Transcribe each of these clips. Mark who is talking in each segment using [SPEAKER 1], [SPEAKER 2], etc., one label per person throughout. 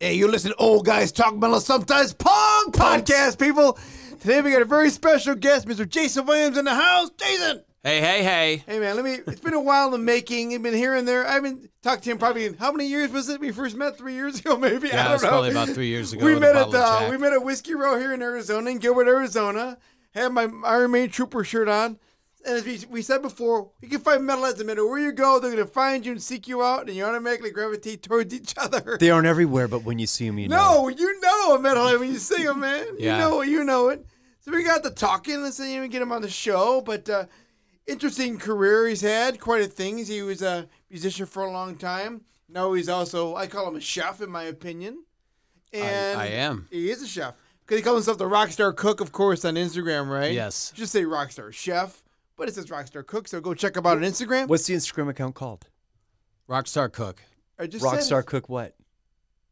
[SPEAKER 1] Hey, you listen to old guys talk about us sometimes pong podcast, people. Today we got a very special guest, Mr. Jason Williams in the house. Jason!
[SPEAKER 2] Hey, hey, hey.
[SPEAKER 1] Hey man, let me it's been a while in the making. I've been here and there. I haven't talked to him probably in how many years was it we first met? Three years ago, maybe? I
[SPEAKER 2] Yeah,
[SPEAKER 1] don't
[SPEAKER 2] it was
[SPEAKER 1] know.
[SPEAKER 2] probably about three years ago.
[SPEAKER 1] we
[SPEAKER 2] with a
[SPEAKER 1] met at
[SPEAKER 2] bottle of
[SPEAKER 1] uh,
[SPEAKER 2] Jack.
[SPEAKER 1] we met at Whiskey Row here in Arizona, in Gilbert, Arizona. Had my Iron Man Trooper shirt on, and as we, we said before, you can find metalheads no matter where you go. They're gonna find you and seek you out, and you automatically gravitate towards each other.
[SPEAKER 3] They aren't everywhere, but when you see them, you know.
[SPEAKER 1] no, you know a metalhead when you see them, man.
[SPEAKER 2] Yeah.
[SPEAKER 1] You know it. You know it. So we got to talking. Let's see if we get him on the show, but. Uh, Interesting career he's had, quite a things. He was a musician for a long time. Now he's also, I call him a chef, in my opinion. And
[SPEAKER 2] I am.
[SPEAKER 1] he is a chef because he calls himself the Rockstar Cook, of course, on Instagram, right?
[SPEAKER 2] Yes.
[SPEAKER 1] Just say Rockstar Chef, but it says Rockstar Cook, so go check him out on Instagram.
[SPEAKER 3] What's the Instagram account called?
[SPEAKER 2] Rockstar Cook.
[SPEAKER 1] I just said
[SPEAKER 3] Rockstar
[SPEAKER 1] it.
[SPEAKER 3] cook what?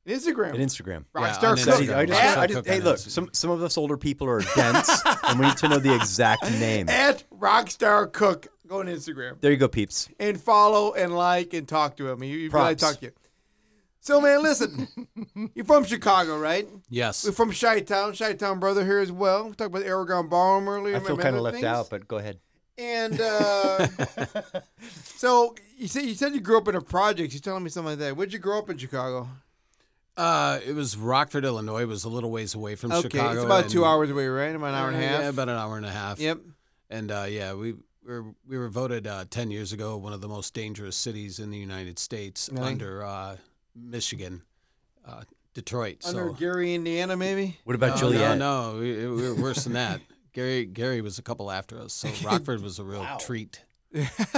[SPEAKER 1] Instagram.
[SPEAKER 3] An Instagram.
[SPEAKER 2] Yeah,
[SPEAKER 1] Rockstar
[SPEAKER 2] on
[SPEAKER 1] Cook.
[SPEAKER 2] Instagram.
[SPEAKER 3] I just,
[SPEAKER 1] at,
[SPEAKER 3] I just-
[SPEAKER 2] Cook on
[SPEAKER 3] hey, look,
[SPEAKER 2] Instagram.
[SPEAKER 3] some some of us older people are dense, and we need to know the exact name.
[SPEAKER 1] at Rockstar Cook. Go on Instagram
[SPEAKER 3] There you go, peeps.
[SPEAKER 1] and follow and like and talk to him. You, you really
[SPEAKER 3] Props.
[SPEAKER 1] talk to you. So man, listen, you're from Chicago, right?
[SPEAKER 2] Yes.
[SPEAKER 1] We're from Chi Town. Chi Town brother here as well. We talked about Aragon Ballroom earlier.
[SPEAKER 3] I feel
[SPEAKER 1] remember
[SPEAKER 3] kind of
[SPEAKER 1] other
[SPEAKER 3] left
[SPEAKER 1] things?
[SPEAKER 3] out, but go ahead.
[SPEAKER 1] And uh, so you said you said you grew up in a project. You're telling me something like that. Where'd you grow up in Chicago?
[SPEAKER 2] Uh, it was Rockford, Illinois. It was a little ways away from
[SPEAKER 1] Okay,
[SPEAKER 2] Chicago.
[SPEAKER 1] it's about
[SPEAKER 2] and-
[SPEAKER 1] two hours away, right? About an hour and a half.
[SPEAKER 2] Yeah, about an hour and a half.
[SPEAKER 1] yep.
[SPEAKER 2] And uh, yeah, we were, we were voted uh, 10 years ago one of the most dangerous cities in the United States
[SPEAKER 1] Really?
[SPEAKER 2] under uh, Michigan, uh, Detroit.
[SPEAKER 1] Under
[SPEAKER 2] so.
[SPEAKER 1] Gary, Indiana, maybe.
[SPEAKER 3] What
[SPEAKER 2] no,
[SPEAKER 3] about Juliet?
[SPEAKER 2] No, no, we, we were worse than that. Gary Gary was a couple after us, so Rockford was a real treat.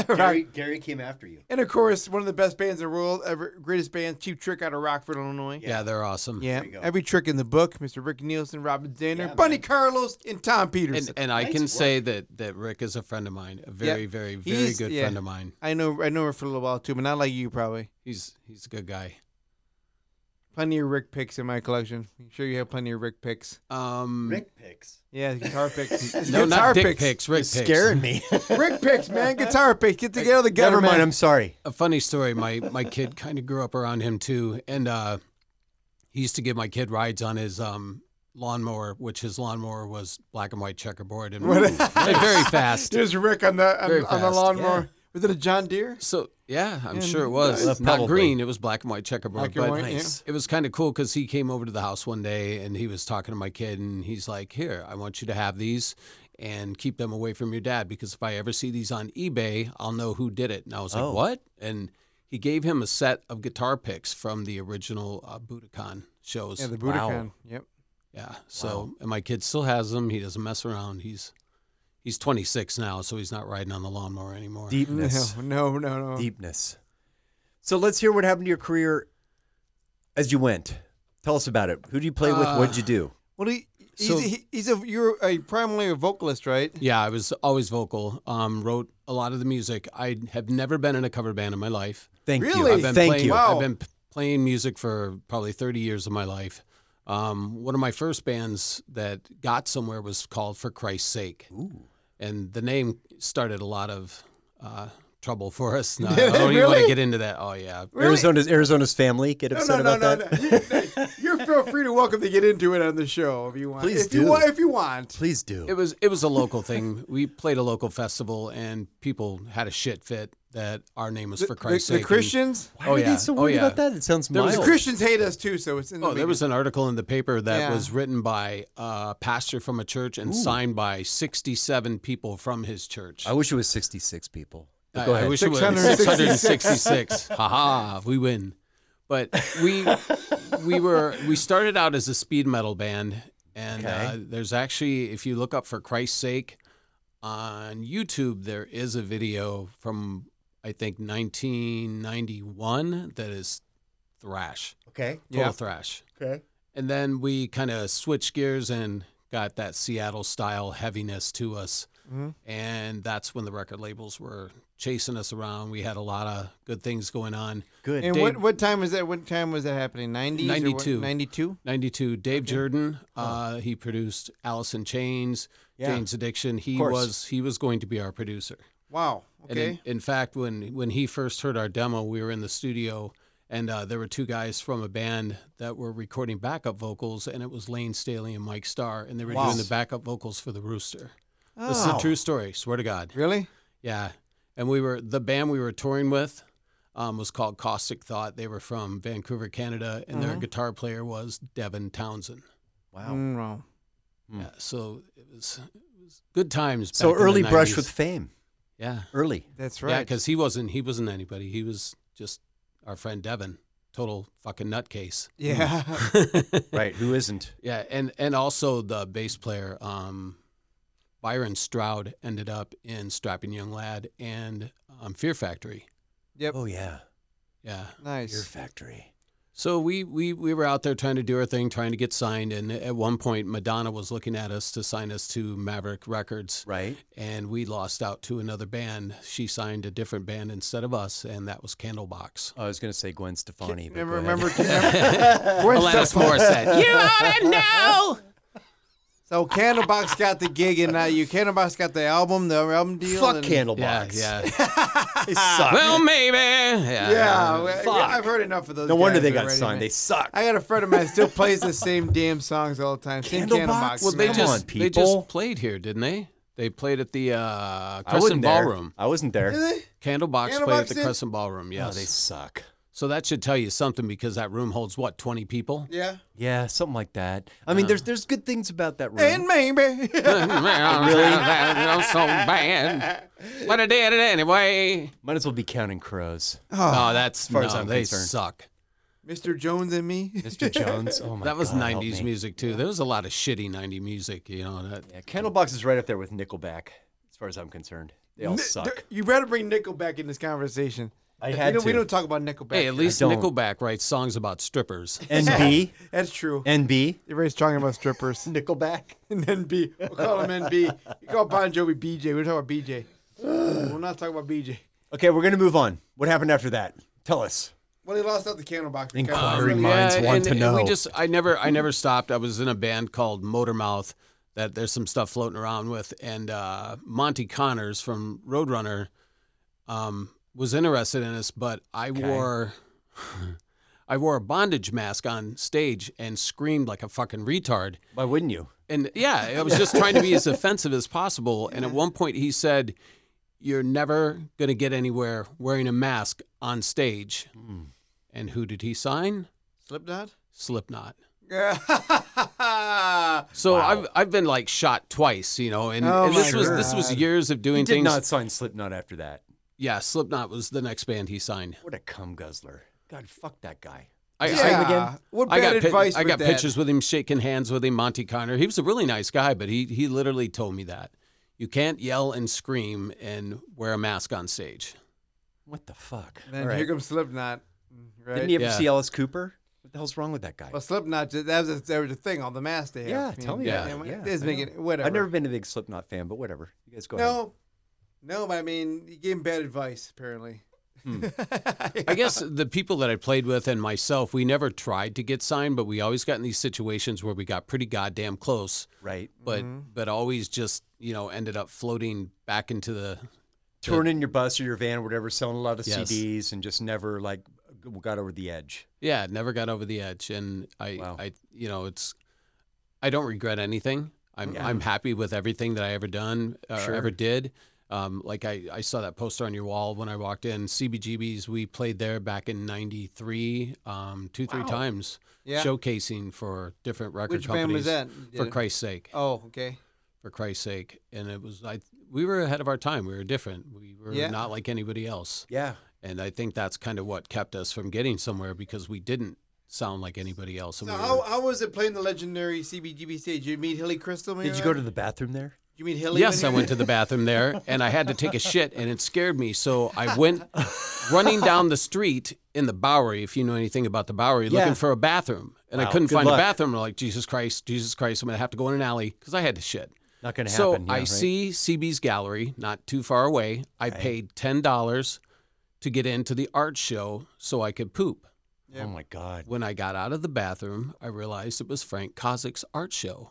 [SPEAKER 3] Gary, Gary came after you.
[SPEAKER 1] And of course, one of the best bands in the world, ever greatest band, Cheap Trick out of Rockford, Illinois.
[SPEAKER 2] Yeah, they're awesome.
[SPEAKER 1] Yeah,
[SPEAKER 3] you go.
[SPEAKER 1] every trick in the book. Mr. Rick Nielsen, Robin Zander,
[SPEAKER 3] man.
[SPEAKER 1] Bunny Carlos, and Tom Peterson.
[SPEAKER 2] And, and I
[SPEAKER 3] Nice
[SPEAKER 2] can
[SPEAKER 3] work.
[SPEAKER 2] say that, that Rick is a friend of mine, a very, very, very
[SPEAKER 1] He's-
[SPEAKER 2] good
[SPEAKER 1] yeah.
[SPEAKER 2] friend of mine.
[SPEAKER 1] I know, I know her for a little while too, but not like you, probably.
[SPEAKER 2] He's he's a good guy.
[SPEAKER 1] Plenty of Rick picks in my collection. I'm sure you have plenty of Rick picks.
[SPEAKER 2] Um,
[SPEAKER 3] picks.
[SPEAKER 1] Yeah, guitar picks. Guitar
[SPEAKER 2] no, not dick
[SPEAKER 1] picks.
[SPEAKER 2] picks. Rick picks.
[SPEAKER 3] Scaring me.
[SPEAKER 1] Rick picks, man. Guitar picks. Get together, the
[SPEAKER 3] Never mind.
[SPEAKER 1] man.
[SPEAKER 3] I'm sorry.
[SPEAKER 2] A funny story. My my kid kind of grew up around him too, and uh, he used to give my kid rides on his um lawnmower, which his lawnmower was black and white checkerboard and
[SPEAKER 1] What-
[SPEAKER 2] and very fast.
[SPEAKER 1] There's Rick on the on,
[SPEAKER 2] Very
[SPEAKER 1] on the
[SPEAKER 2] fast,
[SPEAKER 1] lawnmower. Was it a John Deere?
[SPEAKER 2] So yeah, I'm
[SPEAKER 1] And-
[SPEAKER 2] sure it was
[SPEAKER 3] Uh,
[SPEAKER 2] not
[SPEAKER 3] probably.
[SPEAKER 2] green. It was black and white checkerboard.
[SPEAKER 1] Black and
[SPEAKER 2] but
[SPEAKER 1] white, yeah.
[SPEAKER 2] nice. it was kind of cool because he came over to the house one day and he was talking to my kid and he's like, "Here, I want you to have these." And keep them away from your dad because if I ever see these on eBay, I'll know who did it. And I was
[SPEAKER 3] Oh.
[SPEAKER 2] like, "What?" And he gave him a set of guitar picks from the original uh, Budokan shows.
[SPEAKER 1] Yeah,
[SPEAKER 2] Yeah.
[SPEAKER 1] the
[SPEAKER 3] Wow.
[SPEAKER 1] Budokan. Yep.
[SPEAKER 2] So and my kid still has them. He doesn't mess around. He's he's 26 now, so he's not riding on the lawnmower anymore.
[SPEAKER 3] Deepness.
[SPEAKER 1] No, no, no, no.
[SPEAKER 3] Deepness. So let's hear what happened to your career as you went. Tell us about it. Who do you play with? What'd
[SPEAKER 2] Uh,
[SPEAKER 3] you do?
[SPEAKER 1] Well, he, he's,
[SPEAKER 2] So-
[SPEAKER 1] he, he's a you're a primarily a vocalist, right?
[SPEAKER 2] Yeah, I was always vocal. Um, wrote a lot of the music. I have never been in a cover band in my life.
[SPEAKER 3] Thank
[SPEAKER 1] Really?
[SPEAKER 3] you.
[SPEAKER 2] I've been
[SPEAKER 3] Thank
[SPEAKER 2] playing,
[SPEAKER 3] you.
[SPEAKER 1] Wow.
[SPEAKER 2] I've been p- playing music for probably 30 years of my life. Um, one of my first bands that got somewhere was called For Christ's Sake,
[SPEAKER 3] Ooh.
[SPEAKER 2] and the name started a lot of uh, trouble for us. No, I don't even want
[SPEAKER 1] Really?
[SPEAKER 2] to get into that. Oh yeah,
[SPEAKER 1] Really?
[SPEAKER 3] Arizona's Arizona's family get
[SPEAKER 1] No,
[SPEAKER 3] upset
[SPEAKER 1] no, no,
[SPEAKER 3] about
[SPEAKER 1] no,
[SPEAKER 3] that.
[SPEAKER 1] no. You, you're feel free to welcome to get into it on the show if you want.
[SPEAKER 3] Please
[SPEAKER 1] if
[SPEAKER 3] do.
[SPEAKER 1] You want, if you want.
[SPEAKER 3] Please do.
[SPEAKER 2] It was it was a local thing. We played a local festival, and people had a shit fit that our name was For
[SPEAKER 1] The,
[SPEAKER 2] Christ's
[SPEAKER 1] the
[SPEAKER 2] Sake. and-
[SPEAKER 1] Christians.
[SPEAKER 3] Why
[SPEAKER 2] Oh,
[SPEAKER 3] are
[SPEAKER 2] yeah.
[SPEAKER 3] they so
[SPEAKER 2] Oh,
[SPEAKER 3] worried
[SPEAKER 2] yeah.
[SPEAKER 3] about that? It sounds
[SPEAKER 2] There was
[SPEAKER 3] mild.
[SPEAKER 2] a
[SPEAKER 1] The Christians hate us too, so it's in the
[SPEAKER 2] Oh, there was an article in the paper that
[SPEAKER 1] Yeah.
[SPEAKER 2] was written by a pastor from a church and signed by 67 people from his church.
[SPEAKER 3] I wish it was 66 people. But
[SPEAKER 2] I-
[SPEAKER 3] go
[SPEAKER 2] I
[SPEAKER 3] ahead.
[SPEAKER 2] wish it was
[SPEAKER 1] 666.
[SPEAKER 2] 666. Haha, we win. But we we were we started out as a speed metal band, and uh,
[SPEAKER 3] Okay.
[SPEAKER 2] there's actually if you look up for Christ's sake on YouTube, there is a video from I think 1991 that is thrash,
[SPEAKER 3] okay.
[SPEAKER 2] total
[SPEAKER 1] Yeah.
[SPEAKER 2] thrash.
[SPEAKER 3] Okay.
[SPEAKER 2] And then we kind of switched gears and got that Seattle style heaviness to us.
[SPEAKER 1] Mhm.
[SPEAKER 2] And that's when the record labels were chasing us around. We had a lot of good things going on.
[SPEAKER 3] Good.
[SPEAKER 1] And
[SPEAKER 2] Dave-
[SPEAKER 1] what what time was that? What time was that happening? Nineties.
[SPEAKER 2] 92.
[SPEAKER 1] Ninety two.
[SPEAKER 2] 92, Dave Jordan, uh, he produced Alice in Chains,
[SPEAKER 3] Yeah.
[SPEAKER 2] Jane's Addiction. He
[SPEAKER 3] course.
[SPEAKER 2] was he was going to be our producer.
[SPEAKER 1] Wow.
[SPEAKER 2] And
[SPEAKER 1] Okay.
[SPEAKER 2] in, in fact, when when he first heard our demo, we were in the studio And uh, there were two guys from a band that were recording backup vocals, and it was Lane Staley and Mike Starr, and they were
[SPEAKER 3] Wow.
[SPEAKER 2] doing the backup vocals for the Rooster. This is a true story. Swear to God.
[SPEAKER 1] Oh. Really?
[SPEAKER 2] Yeah. And we were the band we were touring with um, was called Caustic Thought. They were from Vancouver, Canada, and
[SPEAKER 3] Mm-hmm.
[SPEAKER 2] their guitar player was Devin Townsend.
[SPEAKER 3] Wow.
[SPEAKER 1] Mm, wow.
[SPEAKER 3] Hmm.
[SPEAKER 2] Yeah, so it was, it was good times.
[SPEAKER 3] So
[SPEAKER 2] back in the
[SPEAKER 3] early brush
[SPEAKER 2] 90s.
[SPEAKER 3] with fame.
[SPEAKER 2] yeah,
[SPEAKER 3] Early.
[SPEAKER 1] That's
[SPEAKER 2] yeah,
[SPEAKER 1] right.
[SPEAKER 2] because he wasn't he wasn't anybody. He was just our friend Devin, total fucking nutcase.
[SPEAKER 1] Yeah.
[SPEAKER 3] Right. Who isn't?
[SPEAKER 2] Yeah, and and also the bass player, um, Byron Stroud, ended up in Strapping Young Lad and um, Fear Factory.
[SPEAKER 1] Yep.
[SPEAKER 3] Oh yeah.
[SPEAKER 2] Yeah.
[SPEAKER 3] Your
[SPEAKER 1] nice.
[SPEAKER 3] factory.
[SPEAKER 2] So we, we we were out there trying to do our thing, trying to get signed, and at one point Madonna was looking at us to sign us to Maverick Records,
[SPEAKER 3] Right.
[SPEAKER 2] and we lost out to another band. She signed a different band instead of us, and that was Candlebox.
[SPEAKER 3] I was gonna say Gwen Stefani. but
[SPEAKER 1] Remember,
[SPEAKER 3] go ahead.
[SPEAKER 1] remember, remember- Gwen
[SPEAKER 2] Alanis
[SPEAKER 1] Stefani.
[SPEAKER 2] Morissette. you ought to know.
[SPEAKER 1] So Candlebox got the gig in IU. Candlebox got the album, the album deal.
[SPEAKER 3] Fuck
[SPEAKER 1] and- Ah,
[SPEAKER 2] Yeah,
[SPEAKER 3] Candlebox.
[SPEAKER 2] yeah.
[SPEAKER 3] They suck.
[SPEAKER 2] well, maybe. Yeah.
[SPEAKER 1] Yeah, well,
[SPEAKER 3] Fuck.
[SPEAKER 1] yeah, I've heard enough of those.
[SPEAKER 3] no wonder
[SPEAKER 1] guys
[SPEAKER 3] they got
[SPEAKER 1] already,
[SPEAKER 3] signed.
[SPEAKER 1] man.
[SPEAKER 3] They suck.
[SPEAKER 1] I got a friend of mine that still plays the same damn songs all the time. Same
[SPEAKER 3] Candlebox?
[SPEAKER 1] Candlebox.
[SPEAKER 3] Well,
[SPEAKER 1] man.
[SPEAKER 2] They
[SPEAKER 3] Come
[SPEAKER 2] just
[SPEAKER 3] on,
[SPEAKER 2] they
[SPEAKER 3] people.
[SPEAKER 2] just played here, didn't they? They played at the uh,
[SPEAKER 3] I
[SPEAKER 2] Crescent
[SPEAKER 3] wasn't there.
[SPEAKER 2] Ballroom.
[SPEAKER 3] I wasn't
[SPEAKER 1] Did
[SPEAKER 3] there.
[SPEAKER 1] they?
[SPEAKER 2] Candlebox, played
[SPEAKER 1] Candlebox
[SPEAKER 2] at the
[SPEAKER 1] did?
[SPEAKER 2] Crescent Ballroom. Yes.
[SPEAKER 3] Oh, they suck.
[SPEAKER 2] So that should tell you something because that room holds what twenty people.
[SPEAKER 1] Yeah.
[SPEAKER 3] Yeah, something like that. I mean, there's there's good things about that room.
[SPEAKER 1] And maybe.
[SPEAKER 2] really? so bad, but I did it anyway.
[SPEAKER 3] Might as well be counting crows.
[SPEAKER 2] Oh, that's
[SPEAKER 3] far
[SPEAKER 2] no,
[SPEAKER 3] as I'm
[SPEAKER 2] they
[SPEAKER 3] concerned.
[SPEAKER 2] suck.
[SPEAKER 1] Mr. Jones and me.
[SPEAKER 3] Mr. Jones. Oh my
[SPEAKER 2] That was
[SPEAKER 3] God, help
[SPEAKER 2] '90s
[SPEAKER 3] me.
[SPEAKER 2] music too. There was a lot of shitty '90s music, you know. That,
[SPEAKER 3] Yeah, Candlebox is right up there with Nickelback, as far as I'm concerned. They all
[SPEAKER 1] Ni-
[SPEAKER 3] suck.
[SPEAKER 1] You better bring Nickelback in this conversation.
[SPEAKER 3] I
[SPEAKER 1] we
[SPEAKER 3] had
[SPEAKER 1] don't, We
[SPEAKER 3] to.
[SPEAKER 1] don't talk about Nickelback.
[SPEAKER 2] hey, at least
[SPEAKER 3] don't.
[SPEAKER 2] Nickelback writes songs about strippers.
[SPEAKER 3] NB,
[SPEAKER 1] That's true.
[SPEAKER 3] NB,
[SPEAKER 1] Everybody's talking about strippers.
[SPEAKER 3] Nickelback.
[SPEAKER 1] and NB. We'll call him NB. You call Bon Jovi BJ. We're talking about BJ. We're not talking about BJ.
[SPEAKER 3] Okay, we're gonna move on. What happened after that? Tell us.
[SPEAKER 1] Well, he lost out the Candlebox. because-
[SPEAKER 3] Inquiring minds want
[SPEAKER 2] and,
[SPEAKER 3] to
[SPEAKER 2] and we
[SPEAKER 3] know.
[SPEAKER 2] just, I never, I never stopped. I was in a band called Motormouth that there's some stuff floating around with, and uh, Monty Connors from Roadrunner um, was interested in us, but I wore, I wore a bondage mask on stage and screamed like a fucking retard.
[SPEAKER 3] Why wouldn't you?
[SPEAKER 2] And yeah, I was just trying to be as offensive as possible. And at one point, he said, "You're never gonna get anywhere wearing a mask on stage."
[SPEAKER 3] Hmm.
[SPEAKER 2] And who did he sign?
[SPEAKER 1] Slipknot?
[SPEAKER 2] Slipknot.
[SPEAKER 1] Yeah.
[SPEAKER 2] So I've I've been like shot twice, you know, and,
[SPEAKER 1] Oh
[SPEAKER 2] and this
[SPEAKER 1] my
[SPEAKER 2] was this was
[SPEAKER 1] God.
[SPEAKER 2] years of
[SPEAKER 3] He
[SPEAKER 2] doing
[SPEAKER 3] did
[SPEAKER 2] things.
[SPEAKER 3] not sign Slipknot after that.
[SPEAKER 2] Yeah, Slipknot was the next band he signed.
[SPEAKER 3] What a cum guzzler. God, fuck that guy.
[SPEAKER 2] I,
[SPEAKER 1] Yeah.
[SPEAKER 3] again?
[SPEAKER 1] What
[SPEAKER 2] I, I
[SPEAKER 1] bad
[SPEAKER 2] got pi-
[SPEAKER 1] advice
[SPEAKER 2] I
[SPEAKER 1] was
[SPEAKER 2] got
[SPEAKER 1] that?
[SPEAKER 2] pictures with him, shaking hands with him, Monty Connor. He was a really nice guy, but he he literally told me that you can't yell and scream and wear a mask on stage.
[SPEAKER 3] What the fuck?
[SPEAKER 1] Then
[SPEAKER 3] All right.
[SPEAKER 1] here comes Slipknot. Right?
[SPEAKER 3] Didn't you ever
[SPEAKER 2] Yeah.
[SPEAKER 3] see Alice Cooper? What the hell's wrong with that guy?
[SPEAKER 1] Well, Slipknot, ju- that was, a, that was a thing on the mask they have.
[SPEAKER 3] Yeah,
[SPEAKER 1] you
[SPEAKER 3] tell
[SPEAKER 1] know?
[SPEAKER 3] me
[SPEAKER 2] Yeah.
[SPEAKER 3] about it. Yeah,
[SPEAKER 1] It's
[SPEAKER 3] I
[SPEAKER 1] making,
[SPEAKER 3] know.
[SPEAKER 1] whatever.
[SPEAKER 3] I've never been a big Slipknot fan, but whatever. You guys go ahead.
[SPEAKER 1] No, no, but I mean, you gave him bad advice, apparently.
[SPEAKER 3] Hmm.
[SPEAKER 2] I guess the people that I played with and myself, we never tried to get signed, but we always got in these situations where we got pretty goddamn close,
[SPEAKER 3] Right.
[SPEAKER 2] but
[SPEAKER 1] Mm-hmm.
[SPEAKER 2] but always just you know ended up floating back into the
[SPEAKER 3] Touring in your bus or your van or whatever, selling a lot of
[SPEAKER 2] Yes.
[SPEAKER 3] CDs and just never like g- got over the edge.
[SPEAKER 2] Yeah, it never got over the edge, and I,
[SPEAKER 3] Wow.
[SPEAKER 2] I, you know, it's, I don't regret anything. I'm,
[SPEAKER 3] Yeah.
[SPEAKER 2] I'm happy with everything that I ever done or
[SPEAKER 3] Sure.
[SPEAKER 2] ever did. Um, like I, I saw that poster on your wall when I walked in. CBGBs, we played there back in '93, um, two, three times,
[SPEAKER 1] Yeah.
[SPEAKER 2] showcasing for different record
[SPEAKER 1] Which
[SPEAKER 2] companies.
[SPEAKER 1] band was that?
[SPEAKER 2] For
[SPEAKER 1] Did it-
[SPEAKER 2] Christ's sake,
[SPEAKER 1] Oh, okay.
[SPEAKER 2] for Christ's sake, and it was I. We were ahead of our time. We were different. We were
[SPEAKER 1] Yeah.
[SPEAKER 2] not like anybody else,
[SPEAKER 3] Yeah.
[SPEAKER 2] and I think that's kind of what kept us from getting somewhere because we didn't sound like anybody else. and
[SPEAKER 1] So
[SPEAKER 2] we
[SPEAKER 1] how,
[SPEAKER 2] were-
[SPEAKER 1] how was it playing the legendary CBGB stage? Did you meet Hilly Crystal? when
[SPEAKER 3] Did you
[SPEAKER 1] were
[SPEAKER 3] go to
[SPEAKER 1] there?
[SPEAKER 3] the bathroom there?
[SPEAKER 1] Did you meet Hilly?
[SPEAKER 2] Yes, I went to the bathroom there and I had to take a shit and it scared me. So I went running down the street in the Bowery, if you know anything about the Bowery,
[SPEAKER 3] Yeah.
[SPEAKER 2] looking for a bathroom. And I
[SPEAKER 3] Wow,
[SPEAKER 2] couldn't
[SPEAKER 3] good
[SPEAKER 2] find
[SPEAKER 3] luck.
[SPEAKER 2] a bathroom. I'm like, Jesus Christ, Jesus Christ, I'm going to have to go in an alley because I had to shit.
[SPEAKER 3] Not going to
[SPEAKER 2] So
[SPEAKER 3] happen. yeah,
[SPEAKER 2] I
[SPEAKER 3] right?
[SPEAKER 2] see CB's gallery not too far away. I paid $10 to get into the art show so I could poop.
[SPEAKER 1] Yeah.
[SPEAKER 3] Oh my God.
[SPEAKER 2] When I got out of the bathroom, I realized it was Frank Kozik's art show.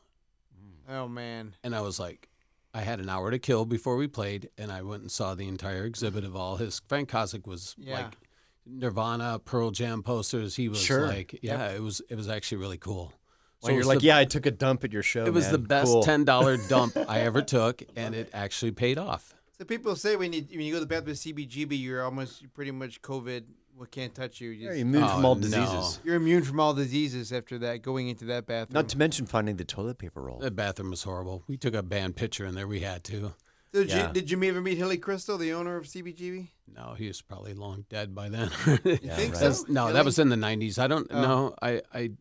[SPEAKER 3] Mm.
[SPEAKER 1] Oh man.
[SPEAKER 2] And I was like, I had an hour to kill before we played, and I went and saw the entire exhibit of all his. Frank Kozik was
[SPEAKER 1] Yeah.
[SPEAKER 2] like, Nirvana, Pearl Jam posters. He was
[SPEAKER 3] Sure.
[SPEAKER 2] like, yeah, it was it was actually really cool.
[SPEAKER 3] Well,
[SPEAKER 2] it
[SPEAKER 3] you're
[SPEAKER 2] was
[SPEAKER 3] like,
[SPEAKER 2] the-
[SPEAKER 3] yeah, I took a dump at your show.
[SPEAKER 2] it was the
[SPEAKER 3] man.
[SPEAKER 2] best
[SPEAKER 3] Cool.
[SPEAKER 2] ten dollar dump I ever took, and it actually paid off.
[SPEAKER 1] So people say when you when you go to the bathroom with CBGB, you're almost you're pretty much COVID. What can't touch you? Just, uh,
[SPEAKER 3] Yeah, you're immune from
[SPEAKER 2] Oh,
[SPEAKER 3] all
[SPEAKER 2] no.
[SPEAKER 3] diseases.
[SPEAKER 1] you're immune from all diseases after that. Going into that bathroom.
[SPEAKER 3] Not to mention finding the toilet paper roll.
[SPEAKER 2] The bathroom was horrible. We took a band picture in there. We had to.
[SPEAKER 1] So did,
[SPEAKER 3] Yeah.
[SPEAKER 1] you, did you ever meet Hilly Crystal, the owner of CBGB?
[SPEAKER 2] No, he was probably long dead by then.
[SPEAKER 1] You
[SPEAKER 3] Yeah,
[SPEAKER 1] think
[SPEAKER 3] right.
[SPEAKER 1] so?
[SPEAKER 2] That's- no,
[SPEAKER 1] Hilly?
[SPEAKER 2] that was in the '90s. I don't
[SPEAKER 1] Oh.
[SPEAKER 2] know. I, I,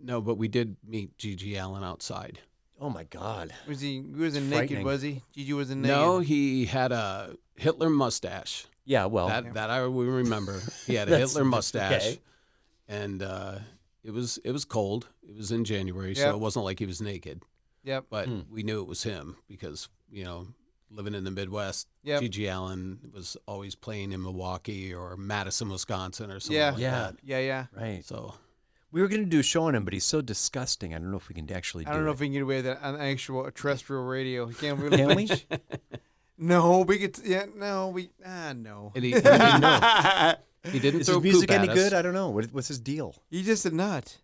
[SPEAKER 2] no, but we did meet Gigi Allen outside.
[SPEAKER 3] Oh my god.
[SPEAKER 1] Was he, he wasn't naked,
[SPEAKER 3] It's frightening.
[SPEAKER 1] was he? Gigi wasn't naked.
[SPEAKER 2] No, he had a Hitler mustache.
[SPEAKER 3] Yeah. Well,
[SPEAKER 2] that that I will remember. He had a
[SPEAKER 3] Oh. That's-
[SPEAKER 2] Hitler mustache,
[SPEAKER 3] okay.
[SPEAKER 2] and uh, it was it was cold. It was in January, so
[SPEAKER 1] Yep.
[SPEAKER 2] it wasn't like he was naked.
[SPEAKER 3] Oh
[SPEAKER 1] Yep.
[SPEAKER 2] But we knew it was him because you know, living in the Midwest,
[SPEAKER 1] Yep.
[SPEAKER 2] Gigi Allen was always playing in Milwaukee or Madison, Wisconsin, or something
[SPEAKER 1] Yeah.
[SPEAKER 2] like
[SPEAKER 3] Yeah.
[SPEAKER 2] that.
[SPEAKER 1] Yeah, yeah.
[SPEAKER 3] right.
[SPEAKER 2] So
[SPEAKER 3] We were gonna do a show on him, but he's so disgusting. I don't know if we can actually. Do
[SPEAKER 1] I don't know
[SPEAKER 3] it.
[SPEAKER 1] if we can get away with that on actual terrestrial radio. Can't we?
[SPEAKER 3] Can we?
[SPEAKER 1] No, we could. Yeah, no, we. Ah, no.
[SPEAKER 2] and he, he didn't,
[SPEAKER 1] know.
[SPEAKER 2] he didn't
[SPEAKER 3] Is
[SPEAKER 2] throw
[SPEAKER 3] his music
[SPEAKER 2] poop at
[SPEAKER 3] any
[SPEAKER 2] us.
[SPEAKER 3] good? I don't know. What, what's his deal?
[SPEAKER 1] He's just a nut,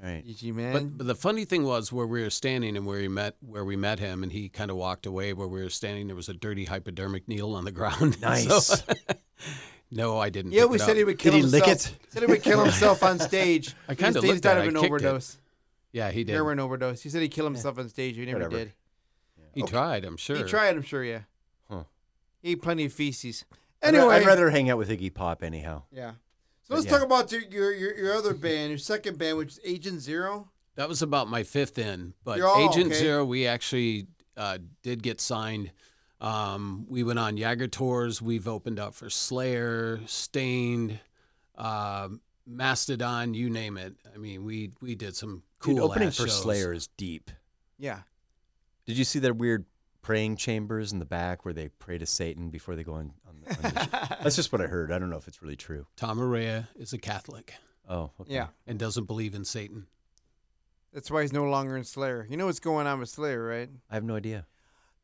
[SPEAKER 3] All right.
[SPEAKER 1] Gigi man.
[SPEAKER 2] But, but the funny thing was where we were standing and where he met where we met him and he kind of walked away where we were standing there was a dirty hypodermic needle on the ground.
[SPEAKER 3] Nice.
[SPEAKER 2] So- no, I didn't.
[SPEAKER 1] He
[SPEAKER 2] pick
[SPEAKER 1] always
[SPEAKER 2] it
[SPEAKER 1] said
[SPEAKER 2] up.
[SPEAKER 1] he would kill
[SPEAKER 3] Did he lick
[SPEAKER 1] himself.
[SPEAKER 3] it?
[SPEAKER 1] Said he would kill himself on stage.
[SPEAKER 2] I kinda
[SPEAKER 1] He- he
[SPEAKER 2] looked
[SPEAKER 1] died
[SPEAKER 2] at it.
[SPEAKER 1] of
[SPEAKER 2] I
[SPEAKER 1] an
[SPEAKER 2] kicked it.
[SPEAKER 1] overdose.
[SPEAKER 2] Yeah, he did.
[SPEAKER 1] Heroin overdose. He said he killed himself on stage. He never
[SPEAKER 3] Whatever.
[SPEAKER 1] did.
[SPEAKER 2] He tried, I'm sure.
[SPEAKER 1] He tried. I'm sure. Yeah.
[SPEAKER 3] Huh.
[SPEAKER 1] He ate plenty of feces.
[SPEAKER 3] I'd ra-
[SPEAKER 1] Anyway,
[SPEAKER 3] I'd rather hang out with Iggy Pop anyhow.
[SPEAKER 1] yeah. So let's
[SPEAKER 3] yeah.
[SPEAKER 1] talk about your, your your your other band, your second band, which is Agent Zero.
[SPEAKER 2] That was about my fifth in, but
[SPEAKER 1] You're all
[SPEAKER 2] Agent
[SPEAKER 1] okay.
[SPEAKER 2] Zero, we actually uh, did get signed. Um, we went on Jagger tours. We've opened up for Slayer, Stained, uh, Mastodon, you name it. I mean, we we did some cool
[SPEAKER 3] Dude, opening
[SPEAKER 2] ass
[SPEAKER 3] for
[SPEAKER 2] shows.
[SPEAKER 3] Slayer is deep.
[SPEAKER 1] Yeah.
[SPEAKER 3] Did you see their weird praying chambers in the back where they pray to Satan before they go on? on, the, on the show? That's just what I heard. I don't know if it's really true.
[SPEAKER 2] Tom Araya is a Catholic
[SPEAKER 3] Oh, okay.
[SPEAKER 1] Yeah.
[SPEAKER 2] and doesn't believe in Satan.
[SPEAKER 1] That's why he's no longer in Slayer. You know what's going on with Slayer, right?
[SPEAKER 3] I have no idea.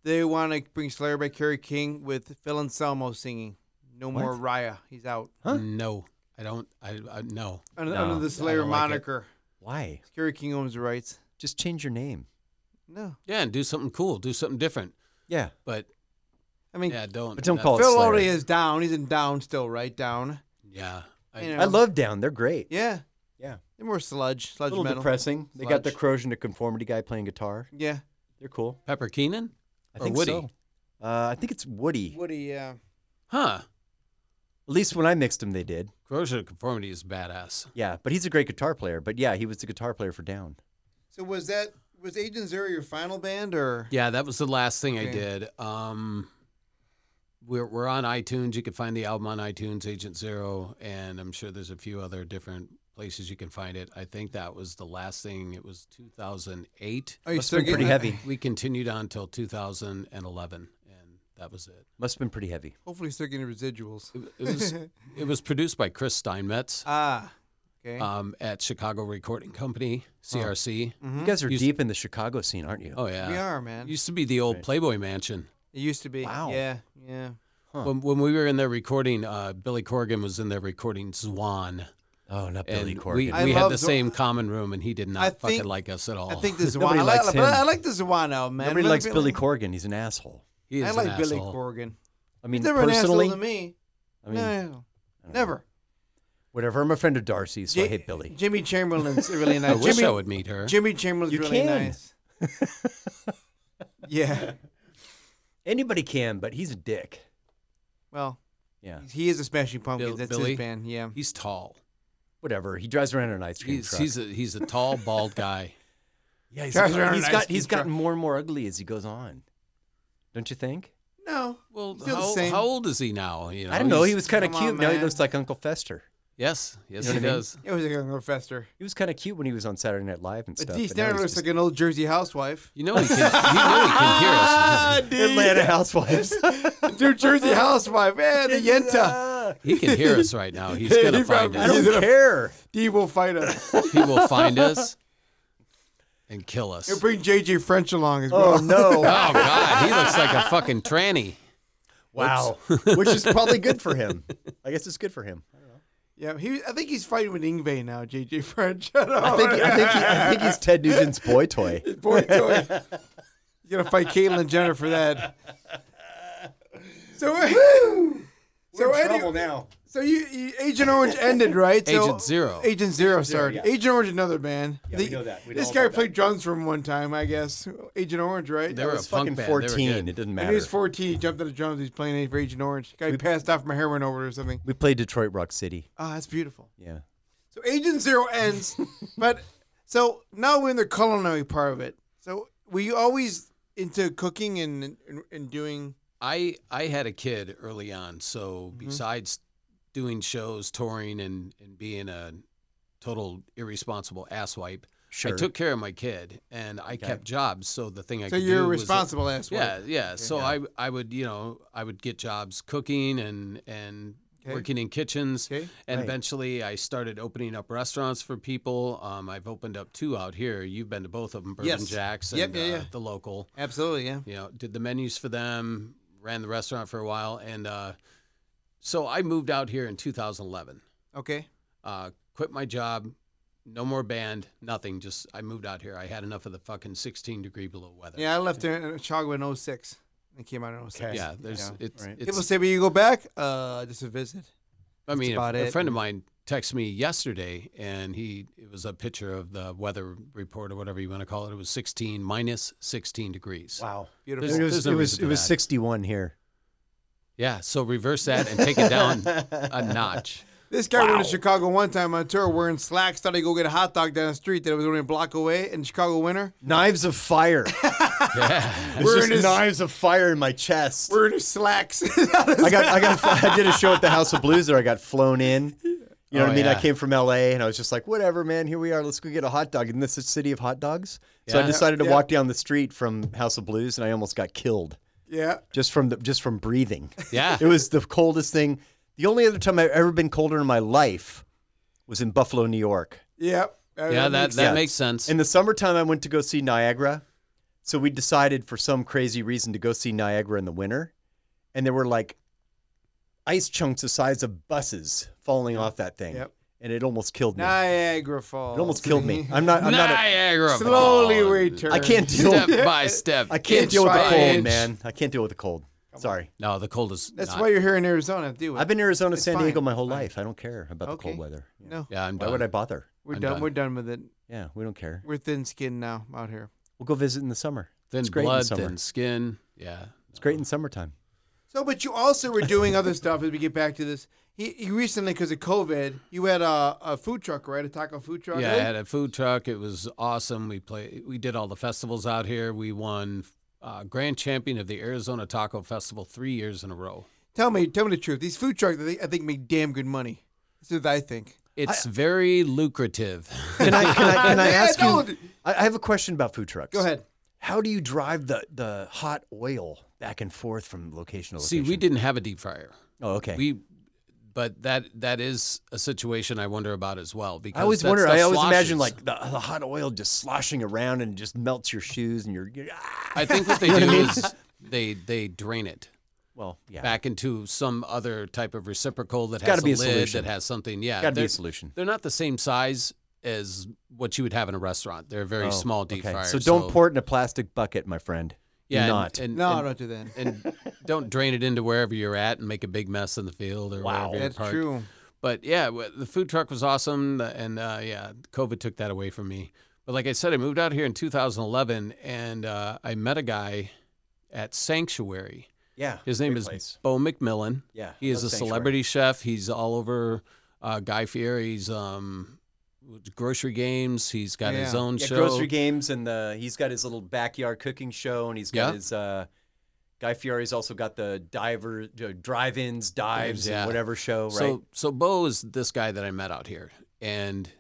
[SPEAKER 1] They want to bring Slayer by Kerry King with Phil Anselmo singing. No
[SPEAKER 3] What?
[SPEAKER 1] more Raya. He's out.
[SPEAKER 3] Huh?
[SPEAKER 2] No, I don't. I, I no.
[SPEAKER 1] Under,
[SPEAKER 3] No,
[SPEAKER 1] under
[SPEAKER 3] I
[SPEAKER 1] the Slayer
[SPEAKER 2] don't like it.
[SPEAKER 1] moniker.
[SPEAKER 3] Why?
[SPEAKER 1] Kerry King owns the rights.
[SPEAKER 3] Just change your name.
[SPEAKER 1] No.
[SPEAKER 2] Yeah, and do something cool. Do something different.
[SPEAKER 3] Yeah,
[SPEAKER 2] But
[SPEAKER 1] I mean,
[SPEAKER 2] yeah, don't.
[SPEAKER 3] but don't
[SPEAKER 2] that-
[SPEAKER 3] call it
[SPEAKER 1] Phil
[SPEAKER 3] Slayer.
[SPEAKER 1] already is down. He's in down still, right? Down.
[SPEAKER 2] Yeah. I,
[SPEAKER 1] You know.
[SPEAKER 3] I love Down. They're great.
[SPEAKER 1] Yeah.
[SPEAKER 3] Yeah.
[SPEAKER 1] They're more sludge.
[SPEAKER 3] A
[SPEAKER 1] Sludge
[SPEAKER 3] little
[SPEAKER 1] metal.
[SPEAKER 3] depressing. They got the
[SPEAKER 1] Sludge.
[SPEAKER 3] corrosion to conformity guy playing guitar.
[SPEAKER 1] Yeah.
[SPEAKER 3] They're cool.
[SPEAKER 2] Pepper Keenan.
[SPEAKER 3] I
[SPEAKER 2] Or
[SPEAKER 3] think
[SPEAKER 2] Woody.
[SPEAKER 3] so. Uh, I think it's Woody.
[SPEAKER 1] Woody, yeah.
[SPEAKER 2] Huh.
[SPEAKER 3] At least when I mixed them, they did.
[SPEAKER 2] Corrosion of conformity is badass.
[SPEAKER 3] Yeah, but he's a great guitar player. But yeah, he was the guitar player for Down.
[SPEAKER 1] So was that was Agent Zero your final band or
[SPEAKER 2] Yeah, that was the last thing I
[SPEAKER 1] Okay.
[SPEAKER 2] did. Um, we're we're on iTunes. You can find the album on iTunes, Agent Zero, and I'm sure there's a few other different places you can find it. I think that was the last thing. It was 2008.
[SPEAKER 1] Are Oh, you
[SPEAKER 3] Must have been pretty heavy.
[SPEAKER 2] We continued on till 2011, and that was it.
[SPEAKER 3] Must have been pretty heavy.
[SPEAKER 1] Hopefully, still getting residuals.
[SPEAKER 2] It, it was it was produced by Chris Steinmetz
[SPEAKER 1] ah, okay.
[SPEAKER 3] Uh,
[SPEAKER 2] um, at Chicago Recording Company, CRC.
[SPEAKER 3] You guys are
[SPEAKER 2] You s-
[SPEAKER 3] deep in the Chicago scene, aren't you?
[SPEAKER 2] Hmm? Oh yeah,
[SPEAKER 1] Mm-hmm. we are man.
[SPEAKER 2] It used to be the old
[SPEAKER 3] Right.
[SPEAKER 2] Playboy Mansion.
[SPEAKER 1] it used to be.
[SPEAKER 3] Wow.
[SPEAKER 1] Yeah, yeah.
[SPEAKER 3] Huh.
[SPEAKER 2] When, when we were in there recording, uh, Billy Corgan was in there recording Zwan,
[SPEAKER 3] Oh, not
[SPEAKER 2] and
[SPEAKER 3] Billy
[SPEAKER 2] we,
[SPEAKER 3] Corgan.
[SPEAKER 1] I
[SPEAKER 2] we had
[SPEAKER 1] love
[SPEAKER 2] the
[SPEAKER 1] Zwan.
[SPEAKER 2] same common room, and he did not
[SPEAKER 1] I
[SPEAKER 2] fucking
[SPEAKER 1] think-
[SPEAKER 2] like us at all.
[SPEAKER 1] I think this
[SPEAKER 3] Oh, Nobody
[SPEAKER 1] Zwano. I,
[SPEAKER 3] likes
[SPEAKER 1] like- but I
[SPEAKER 3] him.
[SPEAKER 1] like the Zwano man.
[SPEAKER 3] Nobody
[SPEAKER 1] Let
[SPEAKER 3] likes
[SPEAKER 1] me-
[SPEAKER 3] Billy Corgan. He's an asshole.
[SPEAKER 2] he is
[SPEAKER 1] I
[SPEAKER 2] an
[SPEAKER 1] like Billy
[SPEAKER 2] asshole.
[SPEAKER 1] Corgan.
[SPEAKER 3] I mean,
[SPEAKER 1] He's never
[SPEAKER 3] personally,
[SPEAKER 1] an asshole to me.
[SPEAKER 3] I mean,
[SPEAKER 1] no, no, no.
[SPEAKER 3] I don't know.
[SPEAKER 1] never.
[SPEAKER 3] Whatever. I'm a friend of Darcy, so I
[SPEAKER 1] J-
[SPEAKER 3] hate Billy.
[SPEAKER 1] Jimmy Chamberlain's really
[SPEAKER 2] I
[SPEAKER 1] nice.
[SPEAKER 2] wish
[SPEAKER 1] Jimmy,
[SPEAKER 2] I would meet her.
[SPEAKER 1] Jimmy Chamberlain's
[SPEAKER 3] You
[SPEAKER 1] really
[SPEAKER 3] can.
[SPEAKER 1] nice. yeah.
[SPEAKER 3] Anybody can, but he's a dick.
[SPEAKER 1] Well,
[SPEAKER 3] Yeah.
[SPEAKER 1] he is a Smashing Pumpkins.
[SPEAKER 2] Bill-
[SPEAKER 1] That's
[SPEAKER 2] Billy?
[SPEAKER 1] his band. Yeah.
[SPEAKER 2] He's tall.
[SPEAKER 3] Whatever. He drives around in an ice cream
[SPEAKER 2] He's
[SPEAKER 3] truck.
[SPEAKER 2] he's a, he's a tall, bald guy.
[SPEAKER 3] yeah, he's,
[SPEAKER 1] drives around in
[SPEAKER 3] he's
[SPEAKER 1] an
[SPEAKER 3] got
[SPEAKER 1] ice
[SPEAKER 3] he's
[SPEAKER 1] cream
[SPEAKER 3] gotten more and more ugly as he goes on. Don't you think?
[SPEAKER 1] No.
[SPEAKER 2] Well,
[SPEAKER 1] Still the
[SPEAKER 2] how,
[SPEAKER 1] same.
[SPEAKER 2] how old is he now? You know,
[SPEAKER 3] I don't know.
[SPEAKER 2] he's-
[SPEAKER 3] He was kind of
[SPEAKER 1] come
[SPEAKER 3] cute.
[SPEAKER 1] on,
[SPEAKER 3] now he
[SPEAKER 1] man.
[SPEAKER 3] looks like Uncle Fester.
[SPEAKER 2] yes, yes,
[SPEAKER 3] You know
[SPEAKER 2] he
[SPEAKER 3] what I mean?
[SPEAKER 2] does.
[SPEAKER 1] It was like a little fester.
[SPEAKER 3] He was kind of cute when he was on Saturday Night Live and
[SPEAKER 1] But
[SPEAKER 3] stuff.
[SPEAKER 1] Dee
[SPEAKER 3] but now
[SPEAKER 1] Snyder
[SPEAKER 3] he's
[SPEAKER 1] looks
[SPEAKER 3] just
[SPEAKER 1] like an old Jersey housewife.
[SPEAKER 2] You know he can. you know he can hear us.
[SPEAKER 3] Atlanta Housewives.
[SPEAKER 1] New Jersey housewife. Man, the Yenta.
[SPEAKER 3] Ah,
[SPEAKER 2] He can hear us right now. He's gonna
[SPEAKER 1] He
[SPEAKER 2] find
[SPEAKER 1] probably-
[SPEAKER 3] I
[SPEAKER 2] us.
[SPEAKER 1] He's a-
[SPEAKER 3] don't care.
[SPEAKER 1] Dee will fight us.
[SPEAKER 2] He will find us and kill us.
[SPEAKER 1] He'll bring JJ French along as well.
[SPEAKER 3] Oh no!
[SPEAKER 2] Oh God, he looks like a fucking tranny.
[SPEAKER 3] wow. Which is probably good for him. I guess it's good for him.
[SPEAKER 1] Yeah, he. I think he's fighting with Ingve now. JJ French. I,
[SPEAKER 3] I think, I, think he, I think he's Ted Nugent's boy toy.
[SPEAKER 1] boy toy. He's gonna fight Caitlyn Jenner for that. So, so anyway,
[SPEAKER 3] now.
[SPEAKER 1] so you, you Agent Orange ended right. So,
[SPEAKER 2] Agent Zero.
[SPEAKER 1] Agent Zero. Sorry,
[SPEAKER 3] yeah.
[SPEAKER 1] Agent Orange, another band.
[SPEAKER 3] Yeah, we know that. We know
[SPEAKER 1] this
[SPEAKER 3] all
[SPEAKER 1] guy
[SPEAKER 3] about that.
[SPEAKER 1] played drums for him one time, I guess. Agent Orange, right?
[SPEAKER 2] They were a
[SPEAKER 3] It's
[SPEAKER 2] punk
[SPEAKER 3] fucking
[SPEAKER 2] band. They were
[SPEAKER 3] 14.
[SPEAKER 2] good.
[SPEAKER 3] It doesn't
[SPEAKER 1] When
[SPEAKER 3] matter.
[SPEAKER 1] he was 14, he jumped on the drums. He's playing for Agent Orange. Guy passed out from a heroin overdose or something.
[SPEAKER 3] we played Detroit Rock City.
[SPEAKER 1] Ah, that's beautiful.
[SPEAKER 3] Yeah.
[SPEAKER 1] So Agent Zero ends, but so now we're in the culinary part of it. So were you always into cooking and and, and doing?
[SPEAKER 2] I I had a kid early on, so
[SPEAKER 3] Mm-hmm.
[SPEAKER 2] besides doing shows, touring, and and being a total irresponsible asswipe,
[SPEAKER 3] Sure.
[SPEAKER 2] I took care of my kid and I kept jobs. So the thing I
[SPEAKER 1] So
[SPEAKER 2] could
[SPEAKER 1] you're
[SPEAKER 2] do was-
[SPEAKER 1] responsible as well.
[SPEAKER 2] Yeah, yeah. So I I would you know I would get jobs cooking and and
[SPEAKER 1] Okay.
[SPEAKER 2] working in kitchens.
[SPEAKER 1] Okay.
[SPEAKER 2] And
[SPEAKER 3] Right.
[SPEAKER 2] eventually I started opening up restaurants for people. Um, I've opened up two out here. You've been to both of them, Bourbon
[SPEAKER 1] Yes.
[SPEAKER 2] Jacks and
[SPEAKER 1] Yep, yeah,
[SPEAKER 2] uh,
[SPEAKER 1] yeah.
[SPEAKER 2] the local
[SPEAKER 1] Absolutely, yeah.
[SPEAKER 2] you know, did the menus for them, ran the restaurant for a while, and uh, so I moved out here in 2011.
[SPEAKER 1] Okay.
[SPEAKER 2] Uh, quit my job, no more band, nothing. Just I moved out here. I had enough of the fucking 16 degree below weather.
[SPEAKER 1] Yeah, I left there in Chicago in 06. I came out in 06.
[SPEAKER 3] Okay.
[SPEAKER 2] yeah. There's it's,
[SPEAKER 3] right.
[SPEAKER 1] People
[SPEAKER 2] it's.
[SPEAKER 1] say, "Will you go back?" Uh, just a visit.
[SPEAKER 2] I mean, a,
[SPEAKER 1] about
[SPEAKER 2] a
[SPEAKER 1] it.
[SPEAKER 2] friend of mine texted me yesterday, and he it was a picture of the weather report or whatever you want to call it. It was 16 minus 16 degrees.
[SPEAKER 3] Wow.
[SPEAKER 1] Beautiful.
[SPEAKER 2] There's-
[SPEAKER 3] It was,
[SPEAKER 2] no
[SPEAKER 3] it was,
[SPEAKER 2] reason for
[SPEAKER 3] it was
[SPEAKER 2] that.
[SPEAKER 3] 61 here.
[SPEAKER 2] Yeah. So reverse that and take it down a notch.
[SPEAKER 1] This guy went to Chicago one time on tour wearing slacks, thought he'd go get a hot dog down the street that was only a block away in Chicago winter.
[SPEAKER 3] Knives of fire.
[SPEAKER 2] Yeah.
[SPEAKER 3] There's
[SPEAKER 1] We're
[SPEAKER 3] just
[SPEAKER 1] in his-
[SPEAKER 3] knives of fire in my chest.
[SPEAKER 1] Wearing his slacks.
[SPEAKER 3] I got, I got, I did a show at the House of Blues there. I got flown in. You know
[SPEAKER 2] Oh,
[SPEAKER 3] what I mean? I
[SPEAKER 2] yeah.
[SPEAKER 3] came from LA and I was just like, whatever, man, here we are. Let's go get a hot dog. Isn't this a city of hot dogs? So I
[SPEAKER 2] Yeah.
[SPEAKER 3] decided to
[SPEAKER 1] Yeah.
[SPEAKER 3] walk down the street from House of Blues and I almost got killed
[SPEAKER 1] yeah.
[SPEAKER 3] just from the, just from breathing.
[SPEAKER 2] Yeah.
[SPEAKER 3] It was the coldest thing. The only other time I've ever been colder in my life was in Buffalo, New York.
[SPEAKER 1] Yeah.
[SPEAKER 2] Yeah, that
[SPEAKER 1] makes
[SPEAKER 2] that
[SPEAKER 1] sense.
[SPEAKER 2] makes sense.
[SPEAKER 3] In the summertime, I went to go see Niagara. So we decided for some crazy reason to go see Niagara in the winter. And there were like ice chunks the size of buses falling off that thing.
[SPEAKER 1] Yep.
[SPEAKER 3] And it almost killed me.
[SPEAKER 1] Niagara Falls.
[SPEAKER 3] it almost killed me. I'm not, I'm not, a,
[SPEAKER 2] Niagara.
[SPEAKER 1] Slowly
[SPEAKER 2] Falls.
[SPEAKER 1] return.
[SPEAKER 3] I can't deal,
[SPEAKER 2] Step by step.
[SPEAKER 3] I can't
[SPEAKER 2] inch
[SPEAKER 3] deal with the
[SPEAKER 2] by
[SPEAKER 3] cold,
[SPEAKER 2] inch.
[SPEAKER 3] man. I can't deal with the cold. Sorry.
[SPEAKER 2] No, the cold is.
[SPEAKER 1] That's
[SPEAKER 2] not-
[SPEAKER 1] why you're here in Arizona. Do it.
[SPEAKER 3] I've been in Arizona, San
[SPEAKER 1] fine,
[SPEAKER 3] Diego my
[SPEAKER 1] it's
[SPEAKER 3] whole
[SPEAKER 1] fine.
[SPEAKER 3] life. I don't care about the
[SPEAKER 1] Okay.
[SPEAKER 3] cold weather. Yeah.
[SPEAKER 1] No,
[SPEAKER 2] Yeah, I'm
[SPEAKER 3] Why
[SPEAKER 2] done.
[SPEAKER 3] would I bother?
[SPEAKER 1] we're
[SPEAKER 2] I'm
[SPEAKER 1] done.
[SPEAKER 2] done.
[SPEAKER 1] We're done with it.
[SPEAKER 3] Yeah, we don't care.
[SPEAKER 1] We're thin skinned now out here.
[SPEAKER 3] We'll go visit in the summer.
[SPEAKER 2] Thin
[SPEAKER 3] it's great in
[SPEAKER 2] blood,
[SPEAKER 3] summer.
[SPEAKER 2] thin skin. Yeah.
[SPEAKER 3] It's great
[SPEAKER 1] Uh-huh.
[SPEAKER 3] in summertime.
[SPEAKER 1] So, but you also were doing other stuff as we get back to this. He, he recently, because of COVID, you had a, a food truck, right? A taco food truck.
[SPEAKER 2] Yeah, I had a food truck. It was awesome. We play. We did all the festivals out here. We won uh, grand champion of the Arizona Taco Festival three years in a row.
[SPEAKER 1] Tell me, tell me the truth. These food trucks, I think, I think make damn good money. This is what I think.
[SPEAKER 2] It's very lucrative.
[SPEAKER 3] Can I, can I, can I
[SPEAKER 1] Yeah,
[SPEAKER 3] ask
[SPEAKER 1] no,
[SPEAKER 3] you? I I have a question about food trucks.
[SPEAKER 1] Go ahead.
[SPEAKER 3] How do you drive the, the hot oil back and forth from location to
[SPEAKER 2] See,
[SPEAKER 3] location?
[SPEAKER 2] we didn't have a deep fryer.
[SPEAKER 3] Oh, okay.
[SPEAKER 2] We. But that that is a situation I wonder about as well because
[SPEAKER 3] I always
[SPEAKER 2] that
[SPEAKER 3] wonder. I
[SPEAKER 2] stuff
[SPEAKER 3] always imagine
[SPEAKER 2] sloshes.
[SPEAKER 3] like the, the hot oil just sloshing around and just melts your shoes and ah, your. are
[SPEAKER 2] I think what they do is they they drain it.
[SPEAKER 3] well, yeah.
[SPEAKER 2] back into some other type of reciprocal that
[SPEAKER 3] gotta
[SPEAKER 2] has
[SPEAKER 3] be a
[SPEAKER 2] a, lid
[SPEAKER 3] solution.
[SPEAKER 2] that has something. Yeah,
[SPEAKER 3] Got to be
[SPEAKER 2] they're,
[SPEAKER 3] a solution.
[SPEAKER 2] they're not the same size as what you would have in a restaurant. They're very small deep
[SPEAKER 3] Oh, okay.
[SPEAKER 2] fryers.
[SPEAKER 3] So don't pour it in a plastic bucket, my friend. Do
[SPEAKER 2] Yeah, and-
[SPEAKER 3] not.
[SPEAKER 2] And,
[SPEAKER 1] No,
[SPEAKER 2] and,
[SPEAKER 1] don't do that.
[SPEAKER 2] and don't drain it into wherever you're at and make a big mess in the field or
[SPEAKER 3] Wow.
[SPEAKER 2] wherever you're
[SPEAKER 1] That's
[SPEAKER 2] parked.
[SPEAKER 1] true.
[SPEAKER 2] But yeah, w- the food truck was awesome, the- and uh, yeah, COVID took that away from me. But like I said, I moved out here in 2011, and uh, I met a guy at Sanctuary.
[SPEAKER 3] yeah.
[SPEAKER 2] His name
[SPEAKER 3] Great
[SPEAKER 2] is
[SPEAKER 3] place.
[SPEAKER 2] Bo McMillan.
[SPEAKER 3] Yeah,
[SPEAKER 2] He
[SPEAKER 3] I
[SPEAKER 2] is
[SPEAKER 3] love
[SPEAKER 2] a
[SPEAKER 3] Sanctuary.
[SPEAKER 2] celebrity chef. He's all over uh, Guy Fieri's um, grocery games. He's got his
[SPEAKER 1] Yeah.
[SPEAKER 2] own
[SPEAKER 3] Yeah,
[SPEAKER 2] show.
[SPEAKER 3] grocery games and the he's got his little backyard cooking show and he's got
[SPEAKER 2] Yeah.
[SPEAKER 3] his uh Guy Fieri's also got the diver uh, drive-ins, dives,
[SPEAKER 2] Yeah.
[SPEAKER 3] and whatever show, right?
[SPEAKER 2] So so Bo is this guy that I met out here, and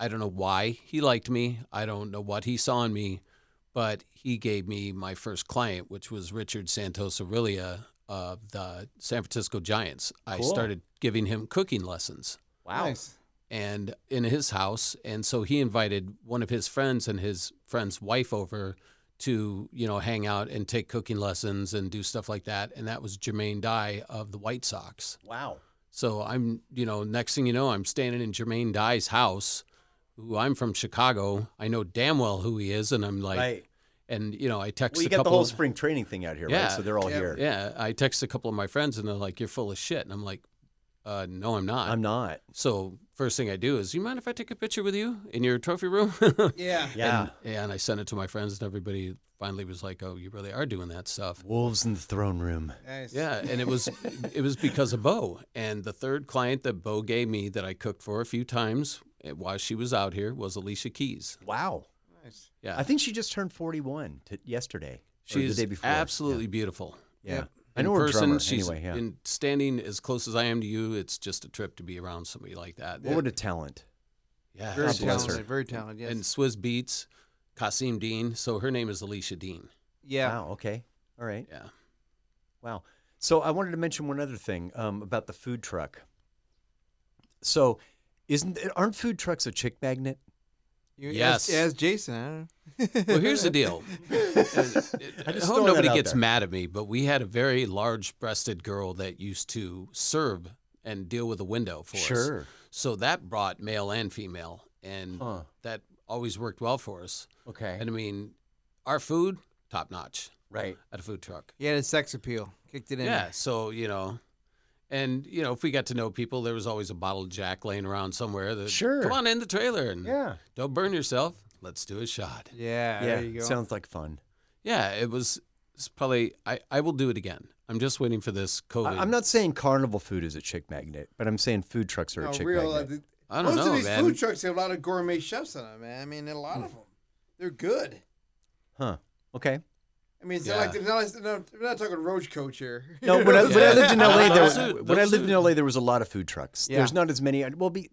[SPEAKER 2] I don't know why he liked me. I don't know what he saw in me, but he gave me my first client, which was Richard Santos Aurelia of the San Francisco Giants. I
[SPEAKER 3] Cool.
[SPEAKER 2] started giving him cooking lessons.
[SPEAKER 3] wow.
[SPEAKER 1] Nice.
[SPEAKER 2] and in his house and so he invited one of his friends and his friend's wife over to you know hang out and take cooking lessons and do stuff like that and that was Jermaine Dye of the White Sox
[SPEAKER 3] Wow.
[SPEAKER 2] So I'm, you know, next thing you know, I'm standing in Jermaine Dye's house, who I'm from Chicago. I know damn well who he is, and I'm like,
[SPEAKER 3] right.
[SPEAKER 2] and you know, I text
[SPEAKER 3] Well, you
[SPEAKER 2] a
[SPEAKER 3] got
[SPEAKER 2] couple.
[SPEAKER 3] the whole spring training thing out here, right?
[SPEAKER 2] Yeah.
[SPEAKER 3] So they're all
[SPEAKER 1] Yeah.
[SPEAKER 3] here.
[SPEAKER 2] Yeah, I text a couple of my friends, and they're like, "You're full of shit," and I'm like, uh, "No, I'm not."
[SPEAKER 3] I'm not.
[SPEAKER 2] so first thing I do is, "You mind if I take a picture with you in your trophy room?"
[SPEAKER 1] Yeah.
[SPEAKER 3] Yeah.
[SPEAKER 2] And, and I sent it to my friends, and everybody finally was like, "Oh, you really are doing that stuff."
[SPEAKER 3] Wolves in the throne room.
[SPEAKER 1] Nice.
[SPEAKER 2] Yeah, and it was it was because of Bo. And the third client that Bo gave me that I cooked for a few times eh, while she was out here was Alicia Keys.
[SPEAKER 3] Wow.
[SPEAKER 1] Nice.
[SPEAKER 2] Yeah,
[SPEAKER 3] I think she just turned 41 to yesterday. or
[SPEAKER 2] she's
[SPEAKER 3] the day before.
[SPEAKER 2] absolutely beautiful.
[SPEAKER 3] Yeah.
[SPEAKER 1] Yep.
[SPEAKER 3] I know
[SPEAKER 2] in
[SPEAKER 3] her
[SPEAKER 2] person,
[SPEAKER 3] drummer.
[SPEAKER 2] she's
[SPEAKER 3] anyway, yeah.
[SPEAKER 2] in standing as close as I am to you. It's just a trip to be around somebody like that.
[SPEAKER 3] Well, what a talent.
[SPEAKER 2] Yeah,
[SPEAKER 1] Very
[SPEAKER 3] God bless her.
[SPEAKER 1] talented. Very talented. Yes.
[SPEAKER 2] and Swizz Beats, Kasim Dean. So her name is Alicia Dean.
[SPEAKER 1] yeah.
[SPEAKER 3] Wow. Okay. All right.
[SPEAKER 2] Yeah.
[SPEAKER 3] Wow. So I wanted to mention one other thing um, about the food truck. So, isn't aren't food trucks a chick magnet?
[SPEAKER 1] You,
[SPEAKER 2] Yes.
[SPEAKER 1] As, as Jason. I don't know.
[SPEAKER 2] Well, here's the deal.
[SPEAKER 3] I
[SPEAKER 2] I
[SPEAKER 3] just
[SPEAKER 2] hope
[SPEAKER 3] throwing that
[SPEAKER 2] nobody
[SPEAKER 3] out
[SPEAKER 2] gets
[SPEAKER 3] there.
[SPEAKER 2] mad at me, but we had a very large-breasted girl that used to serve and deal with a window for us.
[SPEAKER 3] Sure.
[SPEAKER 2] So that brought male and female, and
[SPEAKER 3] Huh.
[SPEAKER 2] that always worked well for us.
[SPEAKER 3] Okay.
[SPEAKER 2] And I mean, our food top notch
[SPEAKER 3] right.
[SPEAKER 2] at a food truck.
[SPEAKER 1] He had a sex appeal. Kicked it in.
[SPEAKER 2] Yeah. So you know, and you know, if we got to know people, there was always a bottle of Jack laying around somewhere. That,
[SPEAKER 3] Sure.
[SPEAKER 2] Come on in the trailer and
[SPEAKER 3] Yeah.
[SPEAKER 2] don't burn yourself. Let's do a shot.
[SPEAKER 1] Yeah.
[SPEAKER 3] um, yeah.
[SPEAKER 1] There you go.
[SPEAKER 3] Sounds like fun.
[SPEAKER 2] Yeah, it was it's probably. I, I will do it again. I'm just waiting for this COVID.
[SPEAKER 3] I, am not saying carnival food is a chick magnet, but I'm saying food trucks are
[SPEAKER 1] No,
[SPEAKER 3] a chick
[SPEAKER 1] real, uh,
[SPEAKER 3] magnet.
[SPEAKER 1] the-
[SPEAKER 2] I don't
[SPEAKER 1] most
[SPEAKER 2] know,
[SPEAKER 1] of these
[SPEAKER 2] man. Hmm.
[SPEAKER 1] food trucks have a lot of gourmet chefs in them, man. I mean, a lot of them. They're good.
[SPEAKER 3] Huh. Okay.
[SPEAKER 1] I mean, it's not like
[SPEAKER 2] Yeah.
[SPEAKER 1] they're not, like- no, we're not talking roach coach here.
[SPEAKER 3] No, when I, when I lived in
[SPEAKER 2] Yeah.
[SPEAKER 3] LA, there
[SPEAKER 2] Those are-
[SPEAKER 3] when I
[SPEAKER 2] those
[SPEAKER 3] lived in
[SPEAKER 2] are-
[SPEAKER 3] LA, there was a lot of food trucks.
[SPEAKER 1] Yeah.
[SPEAKER 3] There's not as many. Well, be,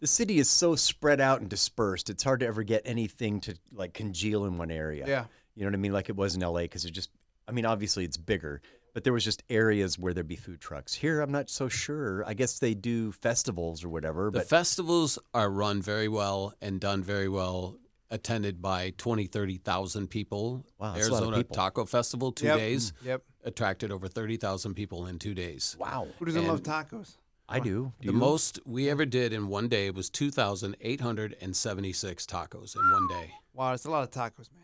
[SPEAKER 3] the city is so spread out and dispersed. It's hard to ever get anything to like congeal in one area.
[SPEAKER 1] Yeah.
[SPEAKER 3] You know what I mean? Like it was in LA because it just. I mean, obviously it's bigger, but there was just areas where there'd be food trucks. Here, I'm not so sure. I guess they do festivals or whatever.
[SPEAKER 2] The
[SPEAKER 3] But
[SPEAKER 2] festivals are run very well and done very well, attended by 20, 30,000 people.
[SPEAKER 3] Wow, that's a lot of
[SPEAKER 2] Arizona
[SPEAKER 3] people.
[SPEAKER 2] Taco Festival, two
[SPEAKER 1] Yep.
[SPEAKER 2] days,
[SPEAKER 1] Yep.
[SPEAKER 2] attracted over 30,000 people in two days.
[SPEAKER 3] wow,
[SPEAKER 1] Who doesn't love
[SPEAKER 2] And-
[SPEAKER 1] tacos?
[SPEAKER 3] I do. do
[SPEAKER 2] The
[SPEAKER 3] you?
[SPEAKER 2] most we ever did in one day was 2,876 tacos in one day.
[SPEAKER 1] Wow, it's a lot of tacos, man.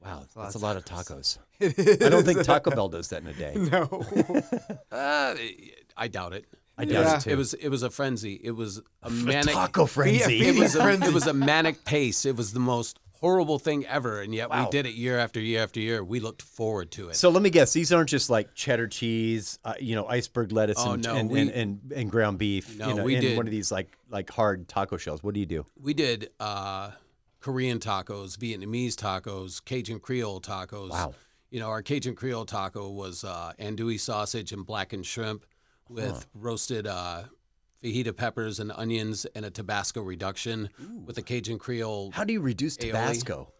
[SPEAKER 3] Wow,
[SPEAKER 1] a lot
[SPEAKER 3] that's a
[SPEAKER 1] of
[SPEAKER 3] lot of
[SPEAKER 1] tacos.
[SPEAKER 3] tacos. I don't think Taco Bell does that in a day.
[SPEAKER 1] No.
[SPEAKER 2] Uh, I doubt it.
[SPEAKER 3] I doubt
[SPEAKER 1] Yeah.
[SPEAKER 3] it too.
[SPEAKER 2] It was it was a frenzy. It was a
[SPEAKER 3] a
[SPEAKER 2] manic
[SPEAKER 3] taco frenzy.
[SPEAKER 2] It was, a, it was a manic pace. It was the most horrible thing ever, and yet
[SPEAKER 3] Wow.
[SPEAKER 2] we did it year after year after year. We looked forward to it.
[SPEAKER 3] So let me guess, these aren't just like cheddar cheese, uh, you know, iceberg lettuce
[SPEAKER 2] Oh,
[SPEAKER 3] and,
[SPEAKER 2] no,
[SPEAKER 3] and,
[SPEAKER 2] we-
[SPEAKER 3] and, and, and ground beef.
[SPEAKER 2] No,
[SPEAKER 3] you know,
[SPEAKER 2] we
[SPEAKER 3] and
[SPEAKER 2] did-
[SPEAKER 3] one of these like like hard taco shells. What do you do?
[SPEAKER 2] we did uh, Korean tacos, Vietnamese tacos, Cajun Creole tacos.
[SPEAKER 3] Wow.
[SPEAKER 2] You know, our Cajun Creole taco was uh, andouille sausage and blackened shrimp with roasted uh, fajita peppers and onions and a Tabasco reduction with a Cajun Creole.
[SPEAKER 3] How do you reduce
[SPEAKER 2] Aioli.
[SPEAKER 3] Tabasco?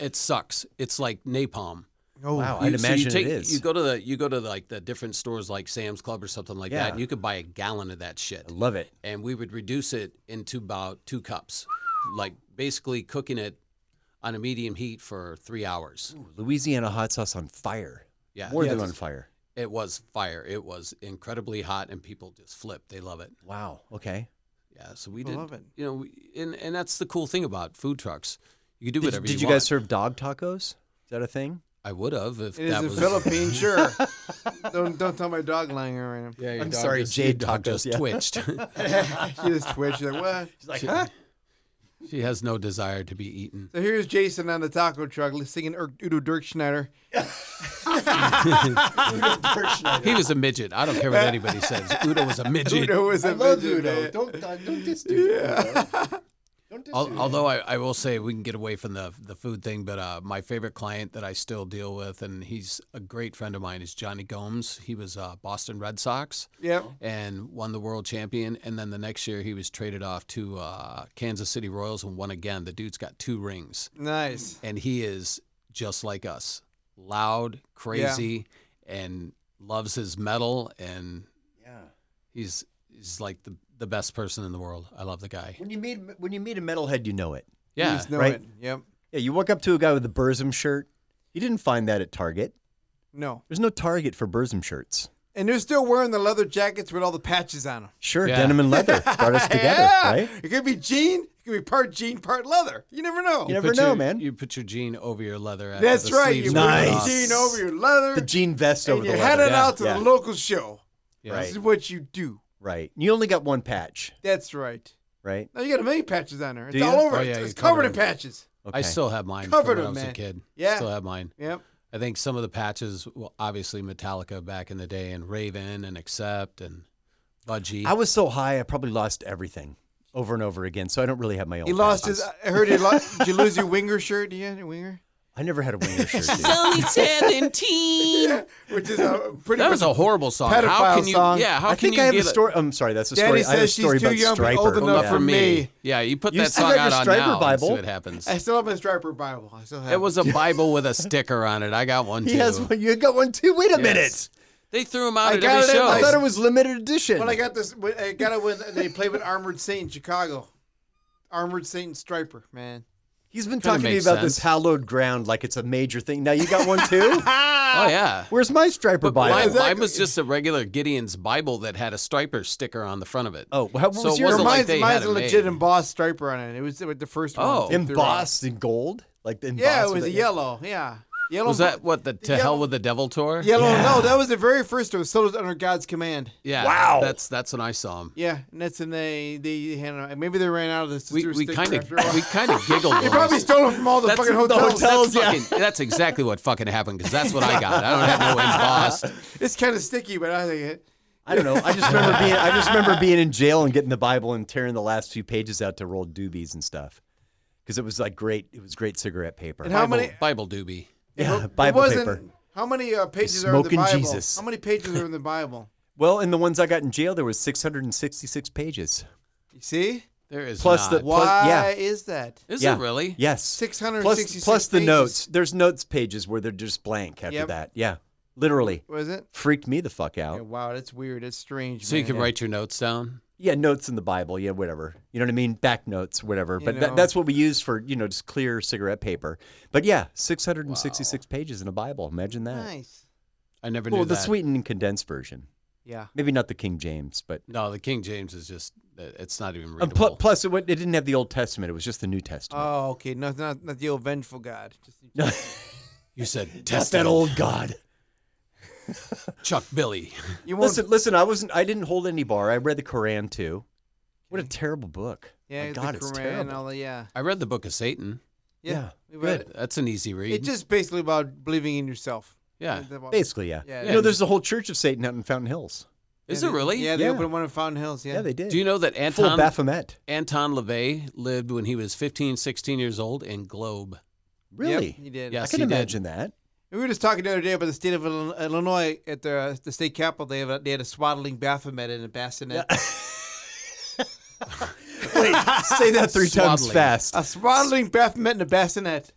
[SPEAKER 2] It sucks. It's like napalm.
[SPEAKER 1] oh,
[SPEAKER 3] Wow,
[SPEAKER 2] You-
[SPEAKER 3] I'd
[SPEAKER 2] so
[SPEAKER 3] imagine
[SPEAKER 2] you take,
[SPEAKER 3] it is.
[SPEAKER 2] You go to the you go to like the different stores like Sam's Club or something like
[SPEAKER 3] Yeah.
[SPEAKER 2] that, and you could buy a gallon of that shit.
[SPEAKER 3] I love it.
[SPEAKER 2] And we would reduce it into about two cups, like basically cooking it on a medium heat for three hours.
[SPEAKER 3] Louisiana hot sauce on fire.
[SPEAKER 2] Yeah,
[SPEAKER 3] More
[SPEAKER 2] Yeah,
[SPEAKER 3] than
[SPEAKER 2] it
[SPEAKER 3] on
[SPEAKER 2] was-
[SPEAKER 3] fire.
[SPEAKER 2] It was fire. It was incredibly hot, and people just flipped. They love it.
[SPEAKER 3] Wow. Okay.
[SPEAKER 2] Yeah, so we
[SPEAKER 1] I
[SPEAKER 2] did.
[SPEAKER 1] love it.
[SPEAKER 2] You know, we- and and that's the cool thing about food trucks. You can do
[SPEAKER 3] Did,
[SPEAKER 2] whatever
[SPEAKER 3] did
[SPEAKER 2] you,
[SPEAKER 3] you, guys
[SPEAKER 2] want.
[SPEAKER 3] serve dog tacos? Is that a thing?
[SPEAKER 2] I would have if
[SPEAKER 1] It is
[SPEAKER 2] that
[SPEAKER 1] the
[SPEAKER 2] was
[SPEAKER 1] Philippines, sure. don't don't tell my dog lying around.
[SPEAKER 2] Yeah, your
[SPEAKER 3] I'm
[SPEAKER 2] dog
[SPEAKER 3] sorry,
[SPEAKER 2] just-
[SPEAKER 3] Jade
[SPEAKER 2] your dog
[SPEAKER 3] tacos,
[SPEAKER 2] just
[SPEAKER 3] yeah.
[SPEAKER 2] twitched.
[SPEAKER 1] She just twitched. She's like, what?
[SPEAKER 3] She's like, huh?
[SPEAKER 2] She has no desire to be eaten.
[SPEAKER 1] So here's Jason on the taco truck singing Ur- Udo Dirk Schneider.
[SPEAKER 2] He was a midget. I don't care what anybody says. Udo was a midget.
[SPEAKER 1] Udo was a midget, man.
[SPEAKER 3] Don't uh, don't diss Udo. Don't diss
[SPEAKER 2] Al- Although I, I will say we can get away from the the food thing, but uh, my favorite client that I still deal with, and he's a great friend of mine, is Johnny Gomes. He was uh, Boston Red Sox
[SPEAKER 1] Yep.
[SPEAKER 2] and won the World Champion, and then the next year he was traded off to uh, Kansas City Royals and won again. The dude's got two rings,
[SPEAKER 1] Nice.
[SPEAKER 2] and he is just like us, loud, crazy, and loves his metal and
[SPEAKER 3] Yeah.
[SPEAKER 2] he's he's like the the best person in the world. I love the guy.
[SPEAKER 3] When you meet when you meet a metalhead, you know it.
[SPEAKER 1] You
[SPEAKER 2] Yeah,
[SPEAKER 1] just know
[SPEAKER 3] right.
[SPEAKER 1] it. Yep.
[SPEAKER 3] Yeah, you walk up to a guy with a Burzum shirt. You didn't find that at Target.
[SPEAKER 1] No.
[SPEAKER 3] There's no Target for Burzum shirts.
[SPEAKER 1] And they're still wearing the leather jackets with all the patches on them.
[SPEAKER 3] Sure,
[SPEAKER 2] Yeah.
[SPEAKER 3] denim and leather brought us together,
[SPEAKER 1] Yeah.
[SPEAKER 3] right?
[SPEAKER 1] It could be jean. It could be part jean, part leather. You never know.
[SPEAKER 3] You never
[SPEAKER 2] put
[SPEAKER 3] know,
[SPEAKER 2] your-
[SPEAKER 3] man.
[SPEAKER 2] You put your jean over your leather. After
[SPEAKER 1] That's
[SPEAKER 2] the
[SPEAKER 1] right.
[SPEAKER 2] sleeves
[SPEAKER 1] You
[SPEAKER 2] were
[SPEAKER 1] wear
[SPEAKER 3] Nice.
[SPEAKER 1] your
[SPEAKER 2] off.
[SPEAKER 1] jean over your leather.
[SPEAKER 3] The jean vest over
[SPEAKER 1] and
[SPEAKER 3] the
[SPEAKER 1] you
[SPEAKER 3] leather.
[SPEAKER 1] headed
[SPEAKER 2] Yeah,
[SPEAKER 1] out to
[SPEAKER 3] yeah.
[SPEAKER 1] the local show.
[SPEAKER 2] Yeah.
[SPEAKER 1] This
[SPEAKER 3] Right.
[SPEAKER 1] is what you do.
[SPEAKER 3] Right. You only got one patch,
[SPEAKER 1] That's right.
[SPEAKER 3] right?
[SPEAKER 1] Now you got a million patches on there. It's
[SPEAKER 3] Do you?
[SPEAKER 1] all over.
[SPEAKER 2] Oh,
[SPEAKER 1] It's-
[SPEAKER 2] yeah,
[SPEAKER 1] it's
[SPEAKER 2] you
[SPEAKER 1] covered
[SPEAKER 2] covered
[SPEAKER 1] in patches.
[SPEAKER 3] Okay.
[SPEAKER 2] I still have mine.
[SPEAKER 1] Covered
[SPEAKER 2] from when
[SPEAKER 1] them,
[SPEAKER 2] I was
[SPEAKER 1] man.
[SPEAKER 2] a kid.
[SPEAKER 1] Yeah.
[SPEAKER 2] Still have mine.
[SPEAKER 1] Yep.
[SPEAKER 2] I think some of the patches, well, obviously Metallica back in the day, and Raven, and Accept, and Budgie.
[SPEAKER 3] I was so high, I probably lost everything over and over again. So I don't really have my own.
[SPEAKER 1] He lost
[SPEAKER 3] patches.
[SPEAKER 1] his. uh, I heard he lost. Did you lose your winger shirt? Do you have your winger?
[SPEAKER 3] I never had a winger shirt. dude.
[SPEAKER 2] only seventeen.
[SPEAKER 1] Which is a pretty.
[SPEAKER 2] That was
[SPEAKER 1] much-
[SPEAKER 2] a horrible song.
[SPEAKER 1] Pedophile
[SPEAKER 2] how can you?
[SPEAKER 1] song.
[SPEAKER 2] Yeah, how
[SPEAKER 3] I
[SPEAKER 2] can
[SPEAKER 3] think
[SPEAKER 2] you
[SPEAKER 3] I have
[SPEAKER 2] get
[SPEAKER 3] a story. I'm sorry, that's a
[SPEAKER 1] Daddy
[SPEAKER 3] story. I have a
[SPEAKER 1] says she's
[SPEAKER 3] story
[SPEAKER 1] too
[SPEAKER 3] about
[SPEAKER 1] young, but
[SPEAKER 3] Striper.
[SPEAKER 1] old
[SPEAKER 2] Well, not
[SPEAKER 1] enough
[SPEAKER 2] for
[SPEAKER 1] for
[SPEAKER 2] me.
[SPEAKER 1] me.
[SPEAKER 2] Yeah, you put
[SPEAKER 3] You
[SPEAKER 2] that
[SPEAKER 3] still
[SPEAKER 2] song
[SPEAKER 3] got
[SPEAKER 2] out
[SPEAKER 3] your
[SPEAKER 2] on
[SPEAKER 3] Striper
[SPEAKER 2] now and see
[SPEAKER 3] Bible.
[SPEAKER 2] what happens.
[SPEAKER 1] I still have my striper Bible. I still have.
[SPEAKER 2] It was a Bible with a sticker on it. I got one too.
[SPEAKER 3] He has one. You got one too. Wait
[SPEAKER 2] Yes.
[SPEAKER 3] a minute.
[SPEAKER 2] They threw them out
[SPEAKER 1] I
[SPEAKER 2] at
[SPEAKER 1] got
[SPEAKER 2] every
[SPEAKER 1] it in
[SPEAKER 2] show.
[SPEAKER 1] my-
[SPEAKER 3] I thought it was limited edition.
[SPEAKER 1] Well, I got this. when- I got it when they played with Armored Saint in Chicago. Armored Saint and Striper, man.
[SPEAKER 3] He's been
[SPEAKER 2] Kinda
[SPEAKER 3] talking to me
[SPEAKER 2] makes
[SPEAKER 3] about this
[SPEAKER 2] sense.
[SPEAKER 3] hallowed ground like it's a major thing. Now you got one too.
[SPEAKER 2] oh yeah.
[SPEAKER 3] Where's my Striper
[SPEAKER 2] But mine,
[SPEAKER 3] Bible?
[SPEAKER 1] that-
[SPEAKER 2] mine was just a regular Gideon's Bible that had a striper sticker on the front of it.
[SPEAKER 3] Oh, how- what
[SPEAKER 2] So
[SPEAKER 3] was
[SPEAKER 2] it
[SPEAKER 3] yours?
[SPEAKER 2] wasn't like
[SPEAKER 1] mine's
[SPEAKER 2] they
[SPEAKER 1] mine's
[SPEAKER 2] had
[SPEAKER 1] a
[SPEAKER 2] it made.
[SPEAKER 1] legit embossed striper on it. It was with the first one.
[SPEAKER 2] Oh.
[SPEAKER 1] they threw out.
[SPEAKER 3] embossed in gold, like the embossed
[SPEAKER 1] Yeah, it
[SPEAKER 3] with
[SPEAKER 1] was a yellow. Yeah, yellow.
[SPEAKER 2] was that what the To Hell
[SPEAKER 1] yellow-
[SPEAKER 2] with the Devil tour?
[SPEAKER 1] Yellow.
[SPEAKER 3] Yeah.
[SPEAKER 1] No, that was the very first. It was sold under God's command.
[SPEAKER 2] Yeah.
[SPEAKER 3] Wow.
[SPEAKER 2] That's that's when I saw him.
[SPEAKER 1] Yeah, and that's when they they handed. Maybe they ran out of the
[SPEAKER 2] We
[SPEAKER 1] sister
[SPEAKER 2] we
[SPEAKER 1] sticker
[SPEAKER 2] kind of
[SPEAKER 1] after a while.
[SPEAKER 2] we kind of giggled.
[SPEAKER 1] They
[SPEAKER 2] when
[SPEAKER 1] probably
[SPEAKER 2] we-
[SPEAKER 1] stole them from all the
[SPEAKER 2] that's-
[SPEAKER 1] fucking hotels.
[SPEAKER 2] that's
[SPEAKER 3] hotels, yeah.
[SPEAKER 2] fucking- that's exactly what fucking happened because that's what I got. I don't have no embossed.
[SPEAKER 1] It's kind of sticky, but I think it.
[SPEAKER 3] I don't know. I just remember being I just remember being in jail and getting the Bible and tearing the last few pages out to roll doobies and stuff. Because it was like great it was great cigarette paper.
[SPEAKER 1] And how
[SPEAKER 2] Bible,
[SPEAKER 1] many-
[SPEAKER 2] Bible doobie?
[SPEAKER 3] yeah,
[SPEAKER 1] It
[SPEAKER 3] Bible
[SPEAKER 1] wasn't-
[SPEAKER 3] paper.
[SPEAKER 1] How many uh, pages are in the
[SPEAKER 3] Smoking
[SPEAKER 1] Bible?
[SPEAKER 3] Jesus.
[SPEAKER 1] How many pages are in the Bible?
[SPEAKER 3] Well, in the ones I got in jail there was 666 pages.
[SPEAKER 1] You see?
[SPEAKER 2] There is
[SPEAKER 3] Plus
[SPEAKER 2] not.
[SPEAKER 3] the-
[SPEAKER 1] Why
[SPEAKER 3] yeah.
[SPEAKER 1] is that?
[SPEAKER 2] is
[SPEAKER 3] yeah.
[SPEAKER 2] it really?
[SPEAKER 3] Yes.
[SPEAKER 1] 666
[SPEAKER 3] plus plus the
[SPEAKER 1] pages.
[SPEAKER 3] notes. There's notes pages where they're just blank after
[SPEAKER 1] Yep.
[SPEAKER 3] that. Yeah. Literally.
[SPEAKER 1] Was it?
[SPEAKER 3] Freaked me the fuck
[SPEAKER 1] Yeah,
[SPEAKER 3] out.
[SPEAKER 1] wow, that's weird. That's strange.
[SPEAKER 2] So you
[SPEAKER 1] man.
[SPEAKER 2] can write your notes down.
[SPEAKER 3] Yeah, notes in the Bible. Yeah, whatever. You know what I mean? Back notes, whatever.
[SPEAKER 1] You
[SPEAKER 3] but
[SPEAKER 1] know.
[SPEAKER 3] that, that's what we use for, you know, just clear cigarette paper. But yeah, 666 pages in a Bible. Imagine that.
[SPEAKER 1] Nice.
[SPEAKER 2] I never knew
[SPEAKER 3] Well, the
[SPEAKER 2] that.
[SPEAKER 3] sweetened and condensed version.
[SPEAKER 1] Yeah.
[SPEAKER 3] Maybe not the King James, but.
[SPEAKER 2] No, the King James is just it's not even
[SPEAKER 3] And
[SPEAKER 2] readable.
[SPEAKER 3] pl- plus, it, went, it didn't have the Old Testament. It was just the New Testament.
[SPEAKER 1] Oh, okay. No, not not the old vengeful God. Just,
[SPEAKER 2] you said
[SPEAKER 3] That's
[SPEAKER 2] test
[SPEAKER 3] that old God.
[SPEAKER 2] Chuck Billy.
[SPEAKER 1] you won't.
[SPEAKER 3] Listen, listen. I wasn't. I didn't hold any bar. I read the Koran too. What a terrible book.
[SPEAKER 1] yeah,
[SPEAKER 3] My
[SPEAKER 1] the
[SPEAKER 3] God, it's
[SPEAKER 1] Quran,
[SPEAKER 3] terrible.
[SPEAKER 1] all the- yeah.
[SPEAKER 2] I read the Book of Satan.
[SPEAKER 1] Yeah.
[SPEAKER 3] Yeah,
[SPEAKER 1] we read
[SPEAKER 2] Good.
[SPEAKER 1] it.
[SPEAKER 2] That's an easy read.
[SPEAKER 1] It's just basically about believing in yourself.
[SPEAKER 2] yeah.
[SPEAKER 1] That's about-
[SPEAKER 3] Basically, yeah.
[SPEAKER 1] Yeah,
[SPEAKER 3] You know, there's a whole Church of Satan out in Fountain Hills.
[SPEAKER 2] Is
[SPEAKER 1] yeah,
[SPEAKER 2] it
[SPEAKER 1] they-
[SPEAKER 2] really?
[SPEAKER 1] Yeah, they
[SPEAKER 3] Yeah.
[SPEAKER 1] opened one in Fountain Hills. Yeah.
[SPEAKER 3] Yeah, they did.
[SPEAKER 2] Do you know that
[SPEAKER 3] full
[SPEAKER 2] Anton
[SPEAKER 3] Baphomet?
[SPEAKER 2] Anton LaVey lived when he was 15, 16 years old in Globe?
[SPEAKER 3] Really?
[SPEAKER 1] Yep, he did.
[SPEAKER 3] I
[SPEAKER 2] Yes.
[SPEAKER 3] can
[SPEAKER 2] he did.
[SPEAKER 3] imagine that.
[SPEAKER 1] We were just talking the other day about the state of Illinois- Illinois at the the state capitol. They have a, they had a swaddling Baphomet in a bassinet.
[SPEAKER 3] Wait, say that three times
[SPEAKER 2] Swaddling.
[SPEAKER 3] fast.
[SPEAKER 1] A swaddling Baphomet in a bassinet.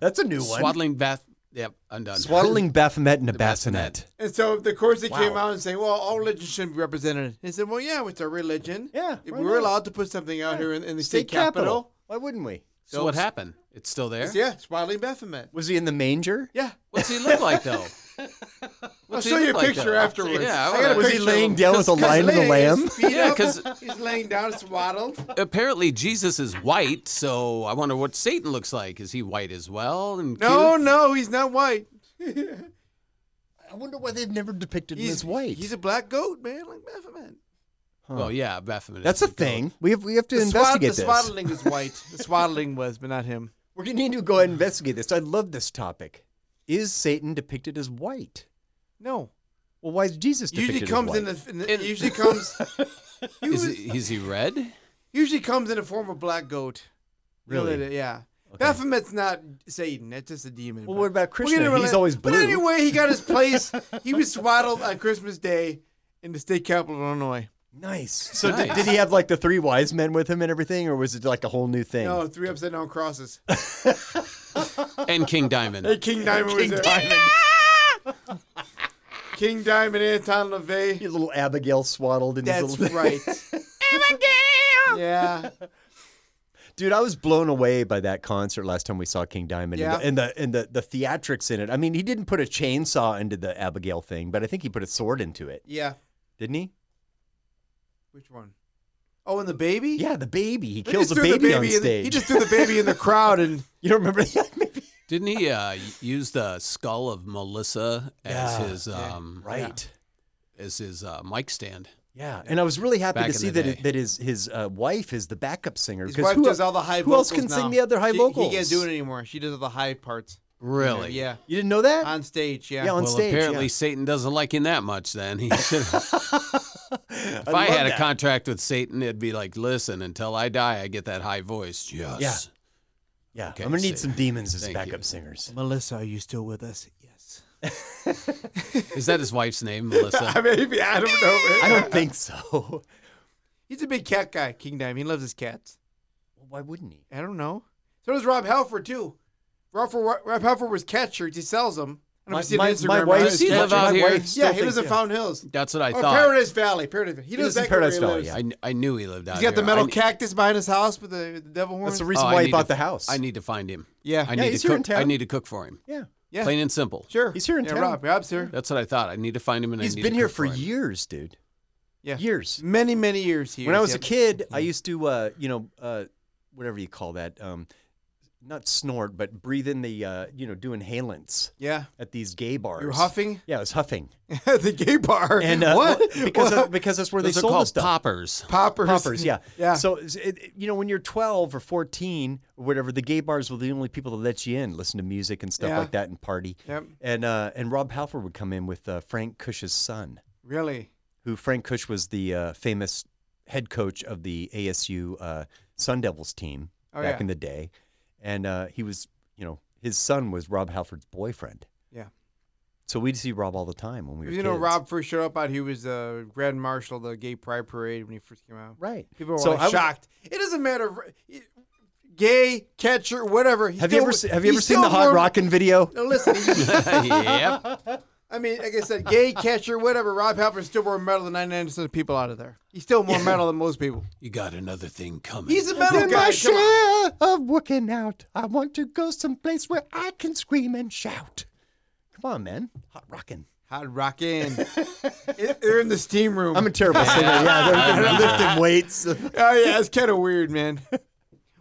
[SPEAKER 3] That's a new one.
[SPEAKER 2] Swaddling Bath. Yep, I'm done.
[SPEAKER 3] Swaddling Baphomet in a bassinet.
[SPEAKER 1] And so, of course, they came
[SPEAKER 3] Wow.
[SPEAKER 1] out and saying, "Well, all religions shouldn't be represented." They said, "Well, yeah, it's our religion.
[SPEAKER 3] Yeah,
[SPEAKER 1] If
[SPEAKER 3] why
[SPEAKER 1] we were
[SPEAKER 3] not?
[SPEAKER 1] allowed to put something out here in, in the state, capitol.
[SPEAKER 3] Why wouldn't we?
[SPEAKER 2] so what happened? It's still there.
[SPEAKER 1] Yeah, swaddling Baphomet.
[SPEAKER 3] Was he in the manger?
[SPEAKER 1] Yeah,
[SPEAKER 2] What's he look like though?
[SPEAKER 1] I'll
[SPEAKER 2] What's he
[SPEAKER 1] show you a
[SPEAKER 2] look like,
[SPEAKER 1] picture
[SPEAKER 2] though?
[SPEAKER 1] afterwards.
[SPEAKER 2] Yeah, I
[SPEAKER 1] I got a
[SPEAKER 2] wanna-
[SPEAKER 3] Was he
[SPEAKER 1] picture
[SPEAKER 3] laying
[SPEAKER 1] of him.
[SPEAKER 3] down with a lion and a lamb?
[SPEAKER 2] Yeah,
[SPEAKER 1] yeah,
[SPEAKER 2] 'cause-
[SPEAKER 1] because he's laying down, swaddled.
[SPEAKER 2] Apparently Jesus is white, so I wonder what Satan looks like. Is he white as well? And
[SPEAKER 1] No,
[SPEAKER 2] cute?
[SPEAKER 1] no, he's not white.
[SPEAKER 3] I wonder why they've never depicted him
[SPEAKER 1] He's
[SPEAKER 3] as white.
[SPEAKER 1] He's a black goat, man, like Baphomet.
[SPEAKER 2] Well, yeah, Baphomet.
[SPEAKER 3] That's
[SPEAKER 2] is
[SPEAKER 3] a
[SPEAKER 2] goat.
[SPEAKER 3] thing. We have we have to
[SPEAKER 1] The, swad-
[SPEAKER 3] investigate
[SPEAKER 1] the
[SPEAKER 3] this.
[SPEAKER 1] swaddling is white. The swaddling was, but not him.
[SPEAKER 3] We're gonna need to go ahead and investigate this. I love this topic. Is Satan depicted as white?
[SPEAKER 1] No,
[SPEAKER 3] Well, why is Jesus depicted
[SPEAKER 1] usually
[SPEAKER 3] as
[SPEAKER 1] comes
[SPEAKER 3] white?
[SPEAKER 1] in the, in the
[SPEAKER 2] In-
[SPEAKER 1] usually comes. He
[SPEAKER 2] Is
[SPEAKER 1] was-
[SPEAKER 2] he, is he red?
[SPEAKER 1] usually comes in the form of black goat. You know,
[SPEAKER 3] Really?
[SPEAKER 1] that- yeah. Baphomet's not Satan. That's just a demon.
[SPEAKER 3] Well,
[SPEAKER 1] but-
[SPEAKER 3] what about
[SPEAKER 1] We're gonna
[SPEAKER 3] Krishna? He's
[SPEAKER 1] relate-
[SPEAKER 3] always
[SPEAKER 1] But
[SPEAKER 3] blue.
[SPEAKER 1] anyway, he got his place. he was swaddled on Christmas Day in the state capital of Illinois.
[SPEAKER 3] Nice. So
[SPEAKER 2] Nice.
[SPEAKER 3] Did, did he have like the three wise men with him and everything, or was it like a whole new thing?
[SPEAKER 1] No, three upside down crosses.
[SPEAKER 2] And King
[SPEAKER 1] Hey,
[SPEAKER 2] Diamond.
[SPEAKER 1] King Diamond was there. King Diamond, Anton LaVey.
[SPEAKER 3] Your little Abigail swaddled in his
[SPEAKER 1] That's
[SPEAKER 3] little.
[SPEAKER 1] right. Yeah.
[SPEAKER 3] Dude, I was blown away by that concert last time we saw King Diamond
[SPEAKER 1] Yeah.
[SPEAKER 3] and, the, and the and the the theatrics in it. I mean, he didn't put a chainsaw into the Abigail thing, but I think he put a sword into it,
[SPEAKER 1] Yeah.
[SPEAKER 3] didn't he?
[SPEAKER 1] Which one? Oh, and the baby.
[SPEAKER 3] Yeah, the baby. He
[SPEAKER 1] They
[SPEAKER 3] kills
[SPEAKER 1] just
[SPEAKER 3] a
[SPEAKER 1] threw
[SPEAKER 3] baby, on
[SPEAKER 1] in the-
[SPEAKER 3] stage.
[SPEAKER 1] he just threw the baby in the crowd, and
[SPEAKER 3] you don't remember that? Maybe.
[SPEAKER 2] Didn't he uh, use the skull of Melissa as
[SPEAKER 3] Yeah.
[SPEAKER 2] his um,
[SPEAKER 3] Right.
[SPEAKER 2] as his uh, mic stand?
[SPEAKER 3] Yeah. And I was really happy
[SPEAKER 2] Back
[SPEAKER 3] to
[SPEAKER 2] in
[SPEAKER 3] see
[SPEAKER 2] the
[SPEAKER 3] that it,
[SPEAKER 2] day.
[SPEAKER 3] that his his uh, wife is the backup singer
[SPEAKER 1] his
[SPEAKER 3] 'cause
[SPEAKER 1] wife
[SPEAKER 3] who,
[SPEAKER 1] does all the high.
[SPEAKER 3] who else
[SPEAKER 1] vocals
[SPEAKER 3] can sing
[SPEAKER 1] now.
[SPEAKER 3] the other high
[SPEAKER 1] She-
[SPEAKER 3] vocals?
[SPEAKER 1] He can't do it anymore. She does the high parts.
[SPEAKER 2] Really?
[SPEAKER 1] Yeah.
[SPEAKER 3] You didn't know that?
[SPEAKER 1] On stage. Yeah.
[SPEAKER 3] Yeah, on
[SPEAKER 2] well,
[SPEAKER 3] stage,
[SPEAKER 2] apparently
[SPEAKER 3] yeah.
[SPEAKER 2] Satan doesn't like him that much. Then he should.
[SPEAKER 3] if
[SPEAKER 2] if I had a contract with Satan, it'd be like, listen, until I die, I get that high voice. Yes.
[SPEAKER 3] Yeah. yeah,
[SPEAKER 2] Okay,
[SPEAKER 3] I'm gonna need
[SPEAKER 2] so-
[SPEAKER 3] some demons as
[SPEAKER 2] thank
[SPEAKER 3] backup
[SPEAKER 2] you.
[SPEAKER 3] singers.
[SPEAKER 1] Melissa, are you still with us? Yes.
[SPEAKER 2] Is that his wife's name, Melissa?
[SPEAKER 1] Maybe I don't know.
[SPEAKER 3] I don't think so.
[SPEAKER 1] He's a big cat guy, King Diamond. He loves his cats.
[SPEAKER 3] Why wouldn't he?
[SPEAKER 1] I don't know. So does Rob Halford too. Rob, Rob Halford was cat shirts. He sells them. I don't know if you see it on Instagram.
[SPEAKER 3] My- my
[SPEAKER 1] or
[SPEAKER 3] wife-
[SPEAKER 1] not.
[SPEAKER 2] Does he live out
[SPEAKER 3] my
[SPEAKER 2] here?
[SPEAKER 3] wife still
[SPEAKER 1] yeah, he
[SPEAKER 3] thinks-
[SPEAKER 1] lives in
[SPEAKER 3] yeah.
[SPEAKER 1] Fountain Hills.
[SPEAKER 2] That's what I
[SPEAKER 1] Or
[SPEAKER 2] thought.
[SPEAKER 1] Paradise Valley. Paradise Valley. He, knows
[SPEAKER 3] lives in
[SPEAKER 1] exactly where
[SPEAKER 3] Paradise
[SPEAKER 1] he
[SPEAKER 3] Valley,
[SPEAKER 1] lives.
[SPEAKER 3] yeah.
[SPEAKER 2] I, kn- I knew he lived out
[SPEAKER 1] He's got the
[SPEAKER 2] here.
[SPEAKER 1] metal
[SPEAKER 2] I kn-
[SPEAKER 1] cactus behind his house with the, the devil horns.
[SPEAKER 3] That's the reason
[SPEAKER 2] Oh, I
[SPEAKER 3] why he
[SPEAKER 2] need
[SPEAKER 3] bought
[SPEAKER 2] to-
[SPEAKER 3] the house.
[SPEAKER 2] I need to find him.
[SPEAKER 1] yeah.
[SPEAKER 2] I
[SPEAKER 1] yeah.
[SPEAKER 2] need
[SPEAKER 3] he's
[SPEAKER 2] to
[SPEAKER 3] here in
[SPEAKER 2] cook. I
[SPEAKER 3] town.
[SPEAKER 2] need to cook for him.
[SPEAKER 3] yeah,
[SPEAKER 1] Yeah.
[SPEAKER 2] Plain and simple.
[SPEAKER 1] Sure.
[SPEAKER 3] He's here in
[SPEAKER 1] yeah,
[SPEAKER 3] town.
[SPEAKER 1] Rob. Rob's here.
[SPEAKER 2] That's what I thought. I need to find him, and
[SPEAKER 3] he's
[SPEAKER 2] I need
[SPEAKER 3] been
[SPEAKER 2] to
[SPEAKER 3] here
[SPEAKER 2] cook
[SPEAKER 3] for
[SPEAKER 2] him.
[SPEAKER 3] years, dude.
[SPEAKER 1] Yeah.
[SPEAKER 3] Years.
[SPEAKER 1] Many, many years here.
[SPEAKER 3] When I was a kid, I used to, uh, you know, uh, whatever you call that, um, not snort, but breathe in the, uh, you know, do inhalants
[SPEAKER 1] Yeah.
[SPEAKER 3] at these gay bars.
[SPEAKER 1] You're huffing
[SPEAKER 3] Yeah, I was huffing.
[SPEAKER 1] at the gay bar.
[SPEAKER 3] And uh,
[SPEAKER 1] what?
[SPEAKER 3] Because
[SPEAKER 1] What?
[SPEAKER 3] because that's where
[SPEAKER 2] Those
[SPEAKER 3] they
[SPEAKER 2] are
[SPEAKER 3] sold the
[SPEAKER 2] called
[SPEAKER 3] stuff.
[SPEAKER 2] poppers.
[SPEAKER 1] poppers.
[SPEAKER 3] Poppers, yeah.
[SPEAKER 1] Yeah.
[SPEAKER 3] So, it, it- you know, when you're 12 or 14 or whatever, the gay bars were the only people that let you in, listen to music and stuff
[SPEAKER 1] Yeah.
[SPEAKER 3] like that and party.
[SPEAKER 1] Yep.
[SPEAKER 3] And uh, and Rob Halford would come in with uh, Frank Cush's son,
[SPEAKER 1] Really?
[SPEAKER 3] who Frank Cush was the uh, famous head coach of the ASU uh, Sun Devils team
[SPEAKER 1] Oh,
[SPEAKER 3] back
[SPEAKER 1] yeah.
[SPEAKER 3] in the day. And uh, he was, you know, his son was Rob Halford's boyfriend.
[SPEAKER 1] Yeah.
[SPEAKER 3] So we'd see Rob all the time when we were
[SPEAKER 1] you know,
[SPEAKER 3] kids.
[SPEAKER 1] Rob first showed up out. He was uh, grand marshal of the gay pride parade when he first came out.
[SPEAKER 3] Right.
[SPEAKER 1] People were
[SPEAKER 3] So
[SPEAKER 1] like
[SPEAKER 3] I was-
[SPEAKER 1] shocked. It doesn't matter, if- gay catcher, whatever. He
[SPEAKER 3] Have you
[SPEAKER 1] still-
[SPEAKER 3] ever se- have you
[SPEAKER 1] he
[SPEAKER 3] ever seen
[SPEAKER 1] still
[SPEAKER 3] the Hot
[SPEAKER 1] wore-
[SPEAKER 3] Rockin' video?
[SPEAKER 1] No, listen. he-
[SPEAKER 2] yep.
[SPEAKER 1] I mean, like I said, gay catcher, whatever. Rob Halford still more metal than 99% of people out of there. He's still more metal than most people.
[SPEAKER 2] You got another thing coming.
[SPEAKER 1] He's a metal guy. come on.
[SPEAKER 3] of working out. I want to go someplace where I can scream and shout. Come on, man. Hot rockin'.
[SPEAKER 1] Hot rockin'. It- They're in the steam room.
[SPEAKER 3] I'm a terrible singer. Yeah, they're, they're lifting weights.
[SPEAKER 1] oh, yeah, it's kind of weird, man.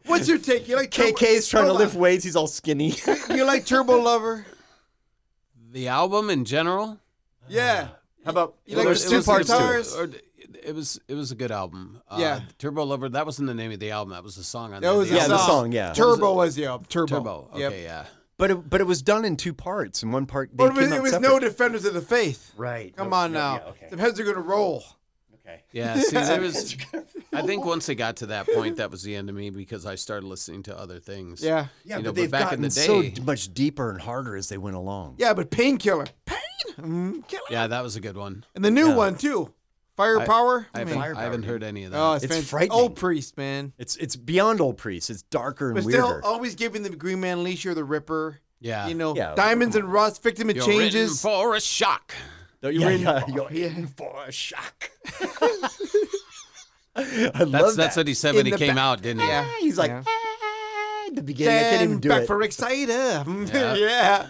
[SPEAKER 1] What's your take? You like Turbo-
[SPEAKER 3] KK's trying to
[SPEAKER 1] Hold on.
[SPEAKER 3] lift weights. He's all skinny.
[SPEAKER 1] You like Turbo Lover?
[SPEAKER 2] the album in general.
[SPEAKER 1] Yeah.
[SPEAKER 3] How about
[SPEAKER 1] You like
[SPEAKER 3] well, there's
[SPEAKER 1] the
[SPEAKER 3] two
[SPEAKER 1] acoustic
[SPEAKER 3] parts to
[SPEAKER 1] guitar?
[SPEAKER 3] it?
[SPEAKER 1] Guitars.
[SPEAKER 2] Or- it was it was a good album. Uh,
[SPEAKER 1] Yeah.
[SPEAKER 2] Turbo Lover. That wasn't the name of the album. That was the song on
[SPEAKER 1] That
[SPEAKER 2] there.
[SPEAKER 1] was
[SPEAKER 3] Yeah,
[SPEAKER 1] a
[SPEAKER 3] the
[SPEAKER 1] song.
[SPEAKER 3] song. Yeah,
[SPEAKER 1] Turbo was the album. Turbo.
[SPEAKER 2] Turbo.
[SPEAKER 1] Yep.
[SPEAKER 2] Okay, yeah.
[SPEAKER 3] but it, but it was done in two parts. In one part, they
[SPEAKER 1] But it
[SPEAKER 3] came
[SPEAKER 1] was,
[SPEAKER 3] out
[SPEAKER 1] it was
[SPEAKER 3] separate.
[SPEAKER 1] no defenders of the faith.
[SPEAKER 3] right.
[SPEAKER 1] Come
[SPEAKER 3] No,
[SPEAKER 1] on
[SPEAKER 3] no,
[SPEAKER 1] now.
[SPEAKER 3] yeah,
[SPEAKER 1] The
[SPEAKER 3] okay.
[SPEAKER 1] heads are going to roll.
[SPEAKER 3] Okay.
[SPEAKER 2] Yeah, see, there was. I think once it got to that point, that was the end of me because I started listening to other things.
[SPEAKER 1] Yeah.
[SPEAKER 3] Yeah,
[SPEAKER 2] You know,
[SPEAKER 3] but
[SPEAKER 2] but
[SPEAKER 3] they've
[SPEAKER 2] back in
[SPEAKER 3] gotten
[SPEAKER 2] the
[SPEAKER 3] so
[SPEAKER 2] day-
[SPEAKER 3] d- much deeper and harder as they went along.
[SPEAKER 1] Yeah, but Painkiller. Pain? Mm, killer.
[SPEAKER 2] Yeah, that was a good one.
[SPEAKER 1] And the new one, too. Firepower.
[SPEAKER 2] I haven't,
[SPEAKER 1] Man.
[SPEAKER 2] I haven't heard any of that.
[SPEAKER 1] Oh, it's,
[SPEAKER 3] It's
[SPEAKER 1] fantastic.
[SPEAKER 3] frightening.
[SPEAKER 1] Old priest, man.
[SPEAKER 3] It's it's beyond old priest. It's darker and
[SPEAKER 1] But
[SPEAKER 3] weirder.
[SPEAKER 1] still, always giving the Green Man Leisure the Ripper.
[SPEAKER 2] yeah.
[SPEAKER 1] You know,
[SPEAKER 3] Yeah.
[SPEAKER 1] Diamonds and Rust, Victim of
[SPEAKER 2] You're written
[SPEAKER 1] Changes.
[SPEAKER 2] for a shock.
[SPEAKER 3] Though You're, in, you're in for a shock. I
[SPEAKER 2] That's that's
[SPEAKER 3] love that.
[SPEAKER 2] what he said
[SPEAKER 1] In
[SPEAKER 2] when he
[SPEAKER 1] the
[SPEAKER 2] came
[SPEAKER 1] back-
[SPEAKER 2] out, didn't he?
[SPEAKER 1] Yeah.
[SPEAKER 3] Ah, He's like,
[SPEAKER 1] Yeah.
[SPEAKER 3] ah, at the beginning, I can't even
[SPEAKER 1] Stand
[SPEAKER 3] do
[SPEAKER 1] back
[SPEAKER 3] it.
[SPEAKER 1] for Exciter. Mm,
[SPEAKER 2] Yeah.
[SPEAKER 1] Yeah.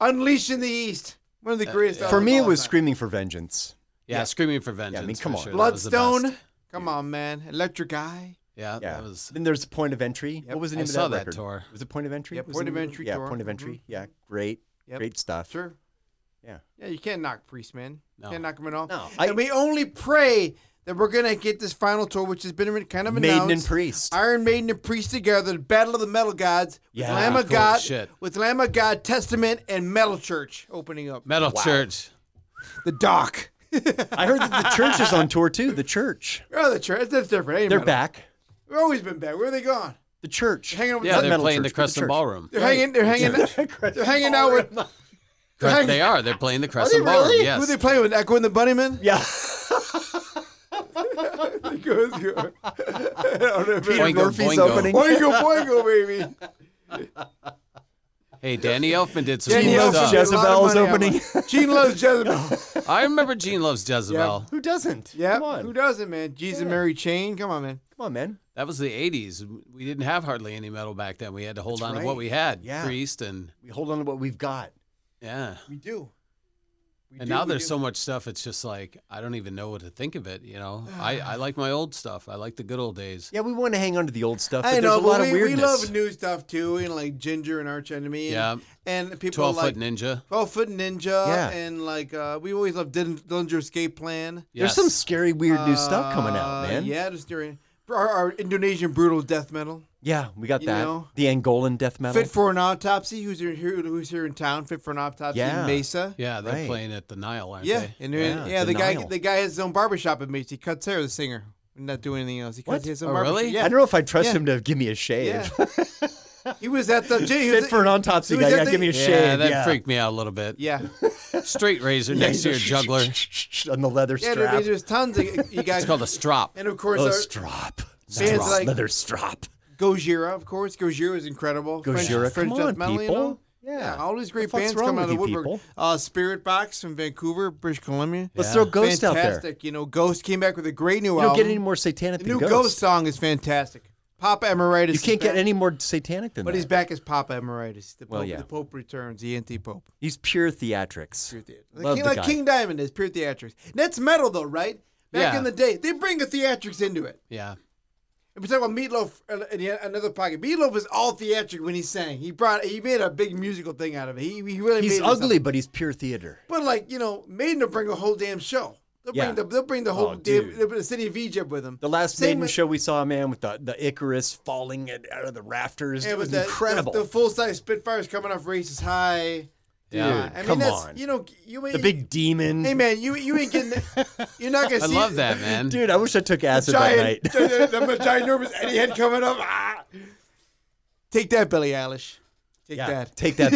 [SPEAKER 1] Unleashing the East. One of the greatest.
[SPEAKER 3] For
[SPEAKER 1] albums
[SPEAKER 3] me,
[SPEAKER 1] of
[SPEAKER 3] it
[SPEAKER 1] all
[SPEAKER 3] was
[SPEAKER 1] time.
[SPEAKER 3] Screaming for Vengeance.
[SPEAKER 2] Yeah, Screaming for Vengeance.
[SPEAKER 3] come
[SPEAKER 2] for
[SPEAKER 3] on.
[SPEAKER 2] sure. That was the
[SPEAKER 1] Bloodstone.
[SPEAKER 2] best.
[SPEAKER 1] Come on, man. Electric Eye.
[SPEAKER 2] Yeah,
[SPEAKER 3] Yeah.
[SPEAKER 2] that was.
[SPEAKER 3] Then there's Point of Entry. What was the
[SPEAKER 2] I
[SPEAKER 3] name of
[SPEAKER 2] saw
[SPEAKER 3] that
[SPEAKER 2] that
[SPEAKER 3] record?
[SPEAKER 2] tour.
[SPEAKER 3] Was it Point of Entry?
[SPEAKER 1] Yeah,
[SPEAKER 3] Was
[SPEAKER 1] Point
[SPEAKER 3] the
[SPEAKER 1] of
[SPEAKER 3] name it?
[SPEAKER 1] Entry
[SPEAKER 3] Yeah,
[SPEAKER 1] tour.
[SPEAKER 3] Point of
[SPEAKER 1] Mhm.
[SPEAKER 3] Entry. Yeah, great,
[SPEAKER 1] Yep.
[SPEAKER 3] great stuff.
[SPEAKER 1] Sure.
[SPEAKER 3] Yeah.
[SPEAKER 1] Yeah, you can't knock Priest, man.
[SPEAKER 2] No.
[SPEAKER 1] Can't knock him at all.
[SPEAKER 3] No, I-
[SPEAKER 1] and we only pray that we're gonna get this final tour, which has been kind of
[SPEAKER 3] Maiden and
[SPEAKER 1] announced.
[SPEAKER 3] Priest.
[SPEAKER 1] Iron Maiden and Priest together, the Battle of the Metal Gods, with
[SPEAKER 3] Yeah,
[SPEAKER 1] Lamb of
[SPEAKER 2] cool
[SPEAKER 1] God,
[SPEAKER 2] shit.
[SPEAKER 1] with Lamb of God, Testament, and Metal Church opening up.
[SPEAKER 2] Metal Church.
[SPEAKER 1] The Dock.
[SPEAKER 3] I heard that the church is on tour too. The church.
[SPEAKER 1] oh, the church. That's different. Ain't
[SPEAKER 3] They're
[SPEAKER 1] metal.
[SPEAKER 3] back.
[SPEAKER 1] We've always been back. Where are they gone?
[SPEAKER 3] The church.
[SPEAKER 1] Hanging out with the-
[SPEAKER 2] Yeah,
[SPEAKER 3] Not
[SPEAKER 2] they're
[SPEAKER 3] Metal
[SPEAKER 2] playing
[SPEAKER 3] Church,
[SPEAKER 2] the
[SPEAKER 3] but the
[SPEAKER 2] Crescent
[SPEAKER 3] church.
[SPEAKER 2] Ballroom.
[SPEAKER 1] They're hanging. They're hanging. they're hanging out with. They're
[SPEAKER 2] Correct,
[SPEAKER 1] hanging-
[SPEAKER 2] They are. They're playing
[SPEAKER 1] Are
[SPEAKER 2] the
[SPEAKER 1] they
[SPEAKER 2] Crescent Ballroom.
[SPEAKER 1] really? Who are
[SPEAKER 2] Yes.
[SPEAKER 1] they playing with? Echo and the Bunnymen.
[SPEAKER 3] Yeah.
[SPEAKER 1] Good, good. I don't know if it-
[SPEAKER 2] Boingo,
[SPEAKER 3] Murphy's
[SPEAKER 2] boingo.
[SPEAKER 3] opening.
[SPEAKER 1] Boingo, boingo, baby.
[SPEAKER 2] Hey, Danny Elfman did some
[SPEAKER 1] Danny
[SPEAKER 2] cool
[SPEAKER 1] Elfman
[SPEAKER 2] stuff.
[SPEAKER 1] did a lot of
[SPEAKER 3] Jezebel's
[SPEAKER 1] money on
[SPEAKER 3] opening.
[SPEAKER 1] it. Gene loves Jezebel.
[SPEAKER 2] I remember Gene loves Jezebel.
[SPEAKER 3] Who doesn't?
[SPEAKER 1] Yeah,
[SPEAKER 3] Come on.
[SPEAKER 1] who doesn't, man? Jesus and Mary Chain. Come on, man.
[SPEAKER 3] Come on, man.
[SPEAKER 2] That was the 80s. We didn't have hardly any metal back then. We had to hold
[SPEAKER 3] That's
[SPEAKER 2] on
[SPEAKER 3] right.
[SPEAKER 2] to what we had.
[SPEAKER 3] Yeah.
[SPEAKER 2] Priest and
[SPEAKER 3] We hold on to what we've got.
[SPEAKER 2] yeah.
[SPEAKER 1] We do. We
[SPEAKER 2] And
[SPEAKER 1] do,
[SPEAKER 2] now
[SPEAKER 1] we
[SPEAKER 2] there's
[SPEAKER 1] do.
[SPEAKER 2] so much stuff it's just like I don't even know what to think of it, you know. I, I like my old stuff. I like the good old days.
[SPEAKER 3] Yeah, we want to hang on to the old stuff. But
[SPEAKER 1] I know,
[SPEAKER 3] there's a lot
[SPEAKER 1] but we,
[SPEAKER 3] of
[SPEAKER 1] we
[SPEAKER 3] weirdness.
[SPEAKER 1] love new stuff too, and like Ginger and Arch Enemy. And, and people
[SPEAKER 2] 12
[SPEAKER 1] like
[SPEAKER 2] foot ninja.
[SPEAKER 1] Twelve Foot Ninja.
[SPEAKER 3] Yeah.
[SPEAKER 1] and like uh, we always loved Dillinger Dillinger Escape Plan.
[SPEAKER 2] Yes.
[SPEAKER 3] There's some scary, weird new stuff coming out,
[SPEAKER 1] Uh,
[SPEAKER 3] man.
[SPEAKER 1] Yeah, just during our, our Indonesian brutal death metal.
[SPEAKER 3] Yeah, we got
[SPEAKER 1] You
[SPEAKER 3] that.
[SPEAKER 1] know?
[SPEAKER 3] the Angolan death metal.
[SPEAKER 1] Fit for an autopsy. Who's here? here- Who's here in town? Fit for an autopsy.
[SPEAKER 3] Yeah.
[SPEAKER 1] in Mesa.
[SPEAKER 2] Yeah, they're
[SPEAKER 3] Right.
[SPEAKER 2] playing at the Nile, aren't
[SPEAKER 1] Yeah,
[SPEAKER 2] they?
[SPEAKER 1] and then-
[SPEAKER 3] Yeah,
[SPEAKER 1] yeah, the guy
[SPEAKER 3] denial.
[SPEAKER 1] the guy has his own barbershop in Mesa. He cuts hair. The singer, not doing anything else. He cuts
[SPEAKER 3] What?
[SPEAKER 1] his own
[SPEAKER 2] Oh,
[SPEAKER 1] barbershop.
[SPEAKER 2] really?
[SPEAKER 1] Yeah,
[SPEAKER 3] I don't know if I trust
[SPEAKER 1] Yeah.
[SPEAKER 3] him to give me a shave.
[SPEAKER 1] He was at the. He was
[SPEAKER 3] Fit
[SPEAKER 1] at-
[SPEAKER 3] for an autopsy
[SPEAKER 1] he was
[SPEAKER 3] guy.
[SPEAKER 1] at
[SPEAKER 3] Yeah,
[SPEAKER 1] the-
[SPEAKER 3] give me a
[SPEAKER 1] Yeah,
[SPEAKER 3] shave.
[SPEAKER 2] Yeah, that
[SPEAKER 3] yeah.
[SPEAKER 2] freaked me out a little bit.
[SPEAKER 1] Yeah,
[SPEAKER 2] Straight razor
[SPEAKER 3] Yeah,
[SPEAKER 2] next to your
[SPEAKER 3] he's like,
[SPEAKER 2] juggler.
[SPEAKER 3] on the leather
[SPEAKER 1] yeah.
[SPEAKER 3] strap.
[SPEAKER 1] there- There's tons of you guys.
[SPEAKER 2] It's called a strop.
[SPEAKER 1] and of course,
[SPEAKER 3] oh,
[SPEAKER 1] our,
[SPEAKER 3] strop.
[SPEAKER 1] Bands
[SPEAKER 3] Strop.
[SPEAKER 1] like-
[SPEAKER 3] leather strop.
[SPEAKER 1] Gojira. Of course, Gojira is incredible. French-
[SPEAKER 3] Gojira,
[SPEAKER 1] French
[SPEAKER 3] come
[SPEAKER 1] death
[SPEAKER 3] on,
[SPEAKER 1] metal, you
[SPEAKER 3] people.
[SPEAKER 1] know?
[SPEAKER 3] Yeah.
[SPEAKER 1] all these great
[SPEAKER 3] The fuck's
[SPEAKER 1] bands
[SPEAKER 3] wrong
[SPEAKER 1] come out of
[SPEAKER 3] with
[SPEAKER 1] the
[SPEAKER 3] you
[SPEAKER 1] woodwork.
[SPEAKER 3] people?
[SPEAKER 1] Uh, Spirit Box from Vancouver, British Columbia.
[SPEAKER 3] Let's
[SPEAKER 2] Yeah.
[SPEAKER 3] throw Ghost out there.
[SPEAKER 1] fantastic. You know, Ghost came back with a great new
[SPEAKER 3] You don't
[SPEAKER 1] album.
[SPEAKER 3] get any more satanic
[SPEAKER 1] the
[SPEAKER 3] than
[SPEAKER 1] new
[SPEAKER 3] Ghost.
[SPEAKER 1] Ghost. song is fantastic. Papa Emeritus.
[SPEAKER 3] You
[SPEAKER 1] is
[SPEAKER 3] can't get
[SPEAKER 1] back,
[SPEAKER 3] any more satanic than
[SPEAKER 1] But
[SPEAKER 3] that.
[SPEAKER 1] he's back as Papa Emeritus. The Pope,
[SPEAKER 3] Well, yeah.
[SPEAKER 1] the Pope returns, the anti-Pope.
[SPEAKER 3] He's pure theatrics.
[SPEAKER 1] Pure theater. Like,
[SPEAKER 3] Love
[SPEAKER 1] King,
[SPEAKER 3] the
[SPEAKER 1] like
[SPEAKER 3] guy.
[SPEAKER 1] King Diamond is pure theatrics. That's metal though, right? Back
[SPEAKER 2] Yeah.
[SPEAKER 1] in the day, they bring the theatrics into it.
[SPEAKER 2] Yeah.
[SPEAKER 1] And we talk about Meatloaf uh, in the- another pocket. Meatloaf was all theatric when he sang. He brought he made a big musical thing out of it. He, he really
[SPEAKER 3] he's
[SPEAKER 1] made it
[SPEAKER 3] ugly,
[SPEAKER 1] something.
[SPEAKER 3] but he's pure theater.
[SPEAKER 1] But like you know, Maiden will bring a whole damn show. They'll
[SPEAKER 3] Yeah. Oh,
[SPEAKER 1] bring the they'll bring the whole damn,
[SPEAKER 3] dude.
[SPEAKER 1] they'll bring the city of Egypt with them.
[SPEAKER 3] The last
[SPEAKER 1] Same
[SPEAKER 3] maiden
[SPEAKER 1] with-
[SPEAKER 3] show we saw, man, with the, the Icarus falling at, out of the rafters.
[SPEAKER 1] And
[SPEAKER 3] it was
[SPEAKER 1] with the-
[SPEAKER 3] incredible.
[SPEAKER 1] The,
[SPEAKER 3] The,
[SPEAKER 1] full size Spitfires coming off races high.
[SPEAKER 2] Yeah.
[SPEAKER 1] I mean,
[SPEAKER 3] come
[SPEAKER 1] that's,
[SPEAKER 3] on.
[SPEAKER 1] You know, you ain't,
[SPEAKER 3] big demon.
[SPEAKER 1] Hey man, you you ain't getting. that- You're not gonna.
[SPEAKER 2] I
[SPEAKER 1] see
[SPEAKER 2] love that, man.
[SPEAKER 3] Dude, I wish I took acid that
[SPEAKER 1] giant,
[SPEAKER 3] night.
[SPEAKER 1] giant, the ginormous Eddie head coming up. Ah. Take that, Billie Eilish. Take
[SPEAKER 3] Yeah,
[SPEAKER 1] that.
[SPEAKER 3] Take that,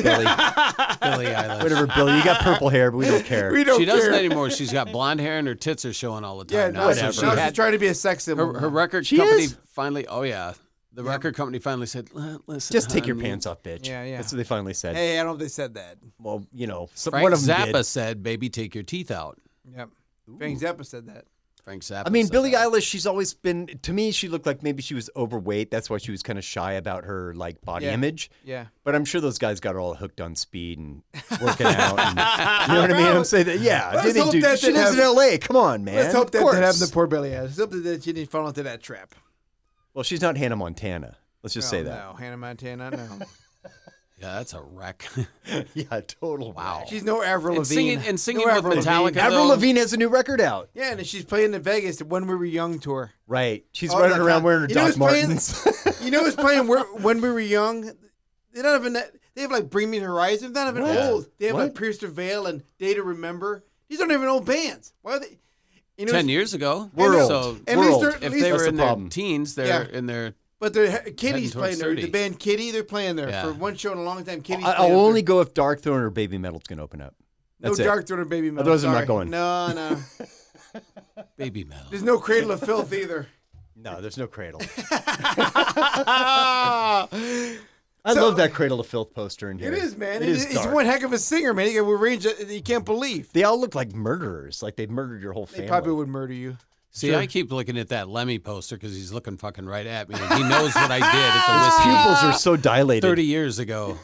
[SPEAKER 3] Billy.
[SPEAKER 2] Billie Eilish.
[SPEAKER 3] Whatever, Billy. You got purple hair, but we don't care.
[SPEAKER 1] We don't
[SPEAKER 2] She doesn't
[SPEAKER 1] care.
[SPEAKER 2] anymore. She's got blonde hair and her tits are showing all the time
[SPEAKER 1] Yeah, no,
[SPEAKER 2] now. So
[SPEAKER 1] she's-
[SPEAKER 3] whatever.
[SPEAKER 2] she
[SPEAKER 1] no, she's
[SPEAKER 2] had-
[SPEAKER 1] trying to be a sex symbol.
[SPEAKER 2] her, her record
[SPEAKER 3] She
[SPEAKER 2] company
[SPEAKER 3] is?
[SPEAKER 2] finally. Oh yeah, the record company finally said, "L- "Listen,
[SPEAKER 3] Just take your
[SPEAKER 2] honey."
[SPEAKER 3] pants off, bitch.
[SPEAKER 1] Um, Yeah, yeah.
[SPEAKER 3] That's what they finally said.
[SPEAKER 1] hey, I don't know if they said that.
[SPEAKER 3] Well, you know, some,
[SPEAKER 2] Frank
[SPEAKER 3] one of them
[SPEAKER 2] Zappa
[SPEAKER 3] did.
[SPEAKER 2] said, "Baby, take your teeth out."
[SPEAKER 1] Yep. Frank Zappa said that.
[SPEAKER 2] Frank Zappa.
[SPEAKER 3] I mean,
[SPEAKER 2] said
[SPEAKER 3] Billie
[SPEAKER 2] that.
[SPEAKER 3] Eilish, she's always been, to me, she looked like maybe she was overweight. That's why she was kind of shy about her, like, body
[SPEAKER 1] Yeah.
[SPEAKER 3] image.
[SPEAKER 1] Yeah.
[SPEAKER 3] But I'm sure those guys got her all hooked on speed and working out. And, you know what I mean? I'm saying that, yeah.
[SPEAKER 1] Let's
[SPEAKER 3] they- they
[SPEAKER 1] hope
[SPEAKER 3] do-
[SPEAKER 1] that
[SPEAKER 3] she
[SPEAKER 1] didn't
[SPEAKER 3] lives in
[SPEAKER 1] happen.
[SPEAKER 3] L.A. Come on, man.
[SPEAKER 1] Let's hope
[SPEAKER 3] Of
[SPEAKER 1] that didn't happen
[SPEAKER 3] course.
[SPEAKER 1] to poor Billy Eilish. Let's hope that she didn't fall into that trap.
[SPEAKER 3] Well, she's not Hannah Montana. Let's just say
[SPEAKER 1] Oh,
[SPEAKER 3] that.
[SPEAKER 1] No, Hannah Montana. No,
[SPEAKER 2] yeah, that's a wreck.
[SPEAKER 3] yeah, total. Wow.
[SPEAKER 1] she's no Avril
[SPEAKER 2] Oh. and
[SPEAKER 1] Lavigne.
[SPEAKER 2] singing and singing
[SPEAKER 1] no
[SPEAKER 2] with
[SPEAKER 1] Avril
[SPEAKER 2] Metallica.
[SPEAKER 1] Lavigne.
[SPEAKER 3] Avril
[SPEAKER 2] though,
[SPEAKER 3] Lavigne has a new record out.
[SPEAKER 1] Yeah, and she's playing in Vegas the When We Were Young tour.
[SPEAKER 3] Right. She's
[SPEAKER 1] Oh,
[SPEAKER 3] running
[SPEAKER 1] that-
[SPEAKER 3] around wearing her
[SPEAKER 1] you know
[SPEAKER 3] Doc
[SPEAKER 1] who's playing-
[SPEAKER 3] Martens.
[SPEAKER 1] You know who's playing We're, When We Were Young? They don't even they have like Bring Me the Horizon. They're not even
[SPEAKER 3] What?
[SPEAKER 1] old. They have like
[SPEAKER 3] What?
[SPEAKER 1] Pierce the Veil and Day to Remember. These aren't even old bands. Why are they? You know,
[SPEAKER 2] ten years ago.
[SPEAKER 3] World.
[SPEAKER 2] So
[SPEAKER 1] At least
[SPEAKER 3] World.
[SPEAKER 1] they're-
[SPEAKER 2] if
[SPEAKER 1] least
[SPEAKER 2] they
[SPEAKER 3] that's
[SPEAKER 2] were
[SPEAKER 3] the
[SPEAKER 2] in their
[SPEAKER 3] problem.
[SPEAKER 2] teens, they're
[SPEAKER 1] Yeah.
[SPEAKER 2] in their.
[SPEAKER 1] But the Kitty's playing
[SPEAKER 2] towards
[SPEAKER 1] there.
[SPEAKER 2] 30.
[SPEAKER 1] The band Kitty, they're playing there
[SPEAKER 2] Yeah.
[SPEAKER 1] for one show in a long time. Kitty's
[SPEAKER 3] I-
[SPEAKER 1] playing
[SPEAKER 3] I'll
[SPEAKER 1] up
[SPEAKER 3] only
[SPEAKER 1] there.
[SPEAKER 3] go if Dark Throne or Baby Metal's going to open up. That's
[SPEAKER 1] no
[SPEAKER 3] it.
[SPEAKER 1] Dark Throne or Baby Metal.
[SPEAKER 3] Otherwise, I'm not
[SPEAKER 1] sorry.
[SPEAKER 3] going.
[SPEAKER 1] No, no.
[SPEAKER 2] Baby metal.
[SPEAKER 1] There's no Cradle of Filth either.
[SPEAKER 3] No, there's no Cradle.
[SPEAKER 1] it
[SPEAKER 3] I love that Cradle of Filth poster in here.
[SPEAKER 1] is, man.
[SPEAKER 3] It is
[SPEAKER 1] He's
[SPEAKER 3] dark.
[SPEAKER 1] one heck of a singer, man. He can arrange it. You can't believe.
[SPEAKER 3] They all look like murderers. Like they've murdered your whole
[SPEAKER 1] They
[SPEAKER 3] family.
[SPEAKER 1] probably would murder you.
[SPEAKER 2] See, I keep looking at that Lemmy poster because he's looking fucking right at me. And he knows what I did at the
[SPEAKER 3] His
[SPEAKER 2] whiskey
[SPEAKER 3] pupils are so dilated.
[SPEAKER 2] 30 years ago.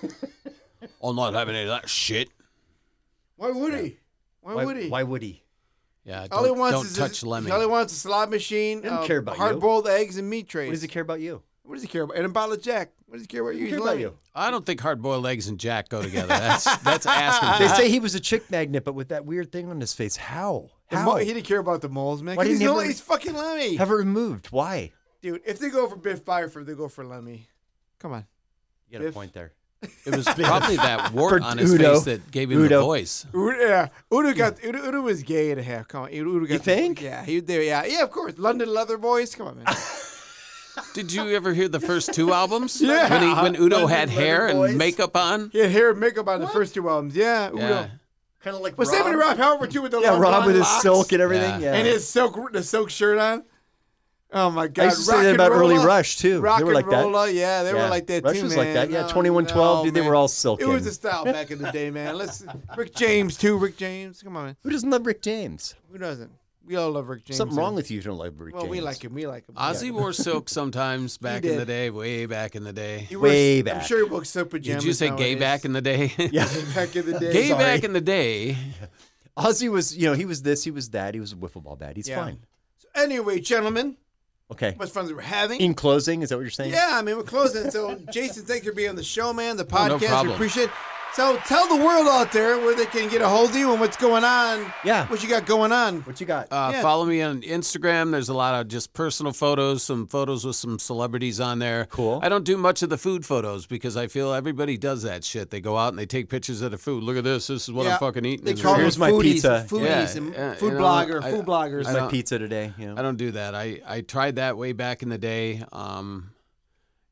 [SPEAKER 2] I'm not having any of that shit.
[SPEAKER 1] Why would he? Why,
[SPEAKER 3] Why,
[SPEAKER 1] would he?
[SPEAKER 3] why would he?
[SPEAKER 2] Yeah,
[SPEAKER 1] All he
[SPEAKER 2] don't,
[SPEAKER 1] wants
[SPEAKER 2] don't
[SPEAKER 1] is
[SPEAKER 2] touch
[SPEAKER 1] his,
[SPEAKER 2] Lemmy.
[SPEAKER 1] All he wants is a slot machine, uh,
[SPEAKER 3] He doesn't care about you.
[SPEAKER 1] hard-boiled eggs, and meat trays.
[SPEAKER 3] What does he care about you?
[SPEAKER 1] What does he care about? And a bottle of Jack. What does he care about? You
[SPEAKER 3] He cares
[SPEAKER 1] He's
[SPEAKER 3] about
[SPEAKER 1] Lemmy.
[SPEAKER 3] you.
[SPEAKER 2] I don't think hard boiled eggs and Jack go together. That's that's asking.
[SPEAKER 3] They
[SPEAKER 2] for it.
[SPEAKER 3] say he was a chick magnet, but with that weird thing on his face. How?
[SPEAKER 1] The
[SPEAKER 3] How?
[SPEAKER 1] mo- he didn't care about the moles, man.
[SPEAKER 3] Why
[SPEAKER 1] 'cause
[SPEAKER 3] didn't
[SPEAKER 1] he's,
[SPEAKER 3] he
[SPEAKER 1] no,
[SPEAKER 3] ever-
[SPEAKER 1] he's fucking Lemmy,
[SPEAKER 3] Have it removed. Why?
[SPEAKER 1] dude. If they go for Biff Byford, they go for Lemmy. Come on.
[SPEAKER 3] You got a
[SPEAKER 1] Biff.
[SPEAKER 3] point there.
[SPEAKER 2] it was probably that wart on his
[SPEAKER 3] Udo.
[SPEAKER 2] face that gave him the
[SPEAKER 3] Udo.
[SPEAKER 2] voice.
[SPEAKER 1] Udo, yeah, Udo got Udo, Udo was gay and a half. Come on, Udo, Udo got
[SPEAKER 3] You think?
[SPEAKER 1] Yeah, he was there. Yeah, yeah, of course. London Leather Boys. Come on, man.
[SPEAKER 2] Did you ever hear the first two albums?
[SPEAKER 1] Yeah.
[SPEAKER 2] When, he, when Udo
[SPEAKER 3] London
[SPEAKER 2] had hair
[SPEAKER 3] Leather Boys.
[SPEAKER 2] and makeup on.
[SPEAKER 1] he had hair and makeup on the first two albums. Yeah, Udo.
[SPEAKER 2] Yeah.
[SPEAKER 3] Kind of like
[SPEAKER 1] But same with Rob Halford too with the
[SPEAKER 3] Yeah,
[SPEAKER 1] long
[SPEAKER 3] Rob
[SPEAKER 1] blonde
[SPEAKER 3] with his
[SPEAKER 1] locks
[SPEAKER 3] silk and everything.
[SPEAKER 2] Yeah.
[SPEAKER 3] Yeah.
[SPEAKER 1] and his silk the silk shirt on. Oh my God!
[SPEAKER 3] I used to
[SPEAKER 1] Rock
[SPEAKER 3] say that
[SPEAKER 1] and
[SPEAKER 3] about early
[SPEAKER 1] Rolla?
[SPEAKER 3] Rush too.
[SPEAKER 1] Rock
[SPEAKER 3] they were
[SPEAKER 1] and
[SPEAKER 3] like that.
[SPEAKER 1] Rolla, yeah, they
[SPEAKER 3] Yeah.
[SPEAKER 1] were like that
[SPEAKER 3] Rush
[SPEAKER 1] too,
[SPEAKER 3] was
[SPEAKER 1] man.
[SPEAKER 3] like that. Yeah,
[SPEAKER 1] Oh,
[SPEAKER 3] 2112,
[SPEAKER 1] no,
[SPEAKER 3] dude, they
[SPEAKER 1] man.
[SPEAKER 3] were all silken.
[SPEAKER 1] It was a style back in the day, man. Let's Rick James too. Rick James, come on,
[SPEAKER 3] Who doesn't love Rick James?
[SPEAKER 1] who doesn't? We all love Rick James.
[SPEAKER 3] Something wrong
[SPEAKER 1] here.
[SPEAKER 3] with you if you don't love Rick
[SPEAKER 1] Well,
[SPEAKER 3] James.
[SPEAKER 1] we like him. We like him.
[SPEAKER 2] Ozzy wore silk sometimes back in
[SPEAKER 1] did.
[SPEAKER 2] the day, way back in the day.
[SPEAKER 1] He wears-
[SPEAKER 3] Way
[SPEAKER 1] I'm
[SPEAKER 3] back.
[SPEAKER 1] sure he looks up pajamas.
[SPEAKER 2] Did you say gay
[SPEAKER 1] nowadays.
[SPEAKER 2] back in the day?
[SPEAKER 3] Yeah.
[SPEAKER 1] back in the day?
[SPEAKER 2] gay
[SPEAKER 3] Sorry.
[SPEAKER 2] back in the day.
[SPEAKER 3] Ozzy was, you know, he was this, he was that, he was a wiffle ball bat. He's
[SPEAKER 1] Yeah.
[SPEAKER 3] fine.
[SPEAKER 1] So anyway, gentlemen,
[SPEAKER 3] Okay.
[SPEAKER 1] what fun we're having.
[SPEAKER 3] In closing, is that what you're saying?
[SPEAKER 1] Yeah, I mean, we're closing. So, Jason, thanks for being on the show, man. The
[SPEAKER 2] Oh, no
[SPEAKER 1] podcast, we
[SPEAKER 2] problem.
[SPEAKER 1] appreciate it. So, tell the world out there where they can get a hold of you and what's going on.
[SPEAKER 3] Yeah.
[SPEAKER 1] What you got going on.
[SPEAKER 3] What you got?
[SPEAKER 2] Uh,
[SPEAKER 1] Yeah.
[SPEAKER 2] Follow me on Instagram. There's a lot of just personal photos, some photos with some celebrities on there.
[SPEAKER 3] Cool.
[SPEAKER 2] I don't do much of the food photos because I feel everybody does that shit. They go out and they take pictures of the food. Look at this. This is what
[SPEAKER 1] Yeah.
[SPEAKER 2] I'm fucking eating.
[SPEAKER 1] They
[SPEAKER 2] It's
[SPEAKER 1] call
[SPEAKER 2] weird.
[SPEAKER 1] them
[SPEAKER 3] Here's my
[SPEAKER 1] foodies,
[SPEAKER 3] pizza.
[SPEAKER 1] foodies,
[SPEAKER 2] Yeah,
[SPEAKER 1] and
[SPEAKER 2] yeah,
[SPEAKER 1] food
[SPEAKER 2] you know,
[SPEAKER 1] blogger,
[SPEAKER 2] I-
[SPEAKER 1] food bloggers.
[SPEAKER 2] I
[SPEAKER 3] Here's my
[SPEAKER 2] don't-
[SPEAKER 3] pizza today. You know?
[SPEAKER 2] I don't do that. I, I tried that way back in the day. Um,